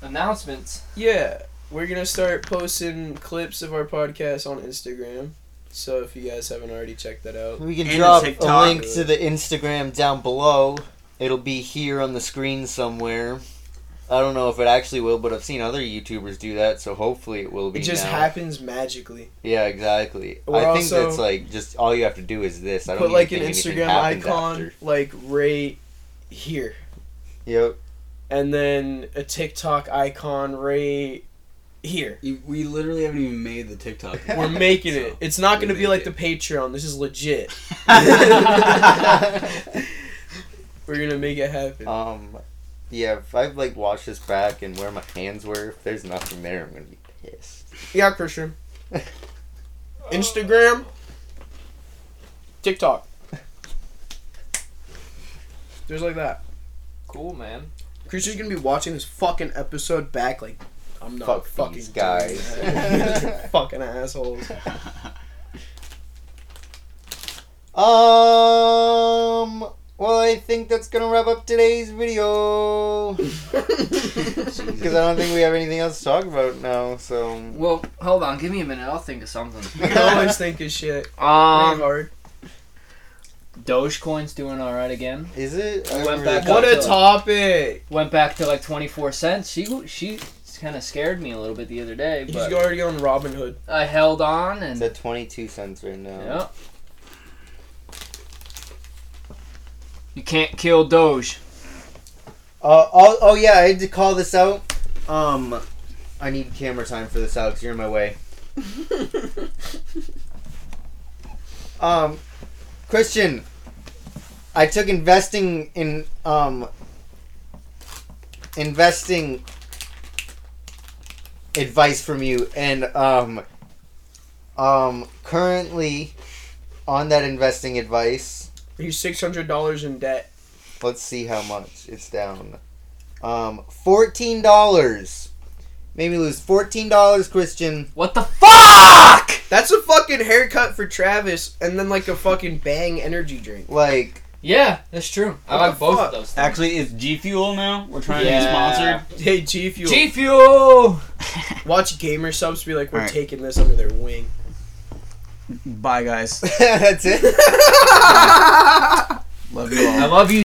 S4: Announcements.
S3: Yeah, we're gonna start posting clips of our podcast on Instagram. So if you guys haven't already checked that out,
S5: We can
S1: And
S5: drop a
S1: TikTok.
S5: link to the Instagram down below. It'll be here on the screen somewhere. I don't know if it actually will, but I've seen other YouTubers do that, so hopefully it will be.
S3: it just
S5: now.
S3: happens magically.
S5: Yeah, exactly.
S3: We're
S5: I think
S3: also-
S5: that's like just all you have to do is this. I don't
S3: Put like an
S5: even think anything
S3: Instagram
S5: happens
S3: icon
S5: after.
S3: like right here,
S5: Yep.
S3: and then a TikTok icon right here.
S1: You- We literally haven't even made the TikTok. yet.
S3: We're making
S1: So,
S3: it. It's not
S1: we
S3: gonna be
S1: made
S3: like the
S1: it.
S3: Patreon. This is legit. We're gonna make it happen.
S5: um, yeah. If I like wash this back and where my hands were, if there's nothing there, I'm gonna be pissed.
S3: Yeah, Christian. Instagram, TikTok. Just like that.
S4: Cool, man.
S3: Christian's gonna be watching this fucking episode back like I'm not
S5: Fuck
S3: fucking
S5: these
S3: doing
S5: guys.
S3: that. fucking assholes.
S5: Um. Well, I think that's gonna wrap up today's video because I don't think we have anything else to talk about now. So
S4: Well, hold on. Give me a minute. I'll think of something.
S5: We
S3: I always think of shit. Pretty
S4: Um,
S3: hard.
S4: Dogecoin's doing all right again.
S5: is it?
S4: We
S5: I
S4: went
S5: really
S4: back
S5: thought-
S4: up.
S3: What a
S4: Godzilla.
S3: topic!
S4: Went back to like 24 cents. She she kind of scared me a little bit the other day,
S3: He's
S4: but
S3: already on Robin Hood.
S4: I held on
S5: It's
S4: and
S5: at twenty two cents right now.
S4: yeah. You can't kill Doge.
S5: Uh, oh, oh yeah, I had to call this out. Um, I need camera time for this, Alex. You're in my way. um, Christian, I took investing in um investing advice from you, and um um currently on that investing advice.
S3: He's six hundred dollars in debt.
S5: Let's see how much it's down. Um, fourteen dollars. Made me lose fourteen dollars, Christian.
S4: What the fuck?
S3: That's a fucking haircut for Travis, and then like a fucking Bang energy drink.
S5: Like,
S4: Yeah, that's true. I
S3: What
S4: like
S3: the
S4: both
S3: fuck?
S4: of those. Things.
S1: Actually, it's G Fuel now. We're trying
S4: Yeah.
S1: to
S3: Hey, G Fuel.
S4: G Fuel.
S3: Watch gamer subs be like, we're
S1: Alright.
S3: taking this under their
S1: be
S3: wing.
S1: sponsored. Bye guys.
S5: that's it.
S1: Love you all.
S4: I love you.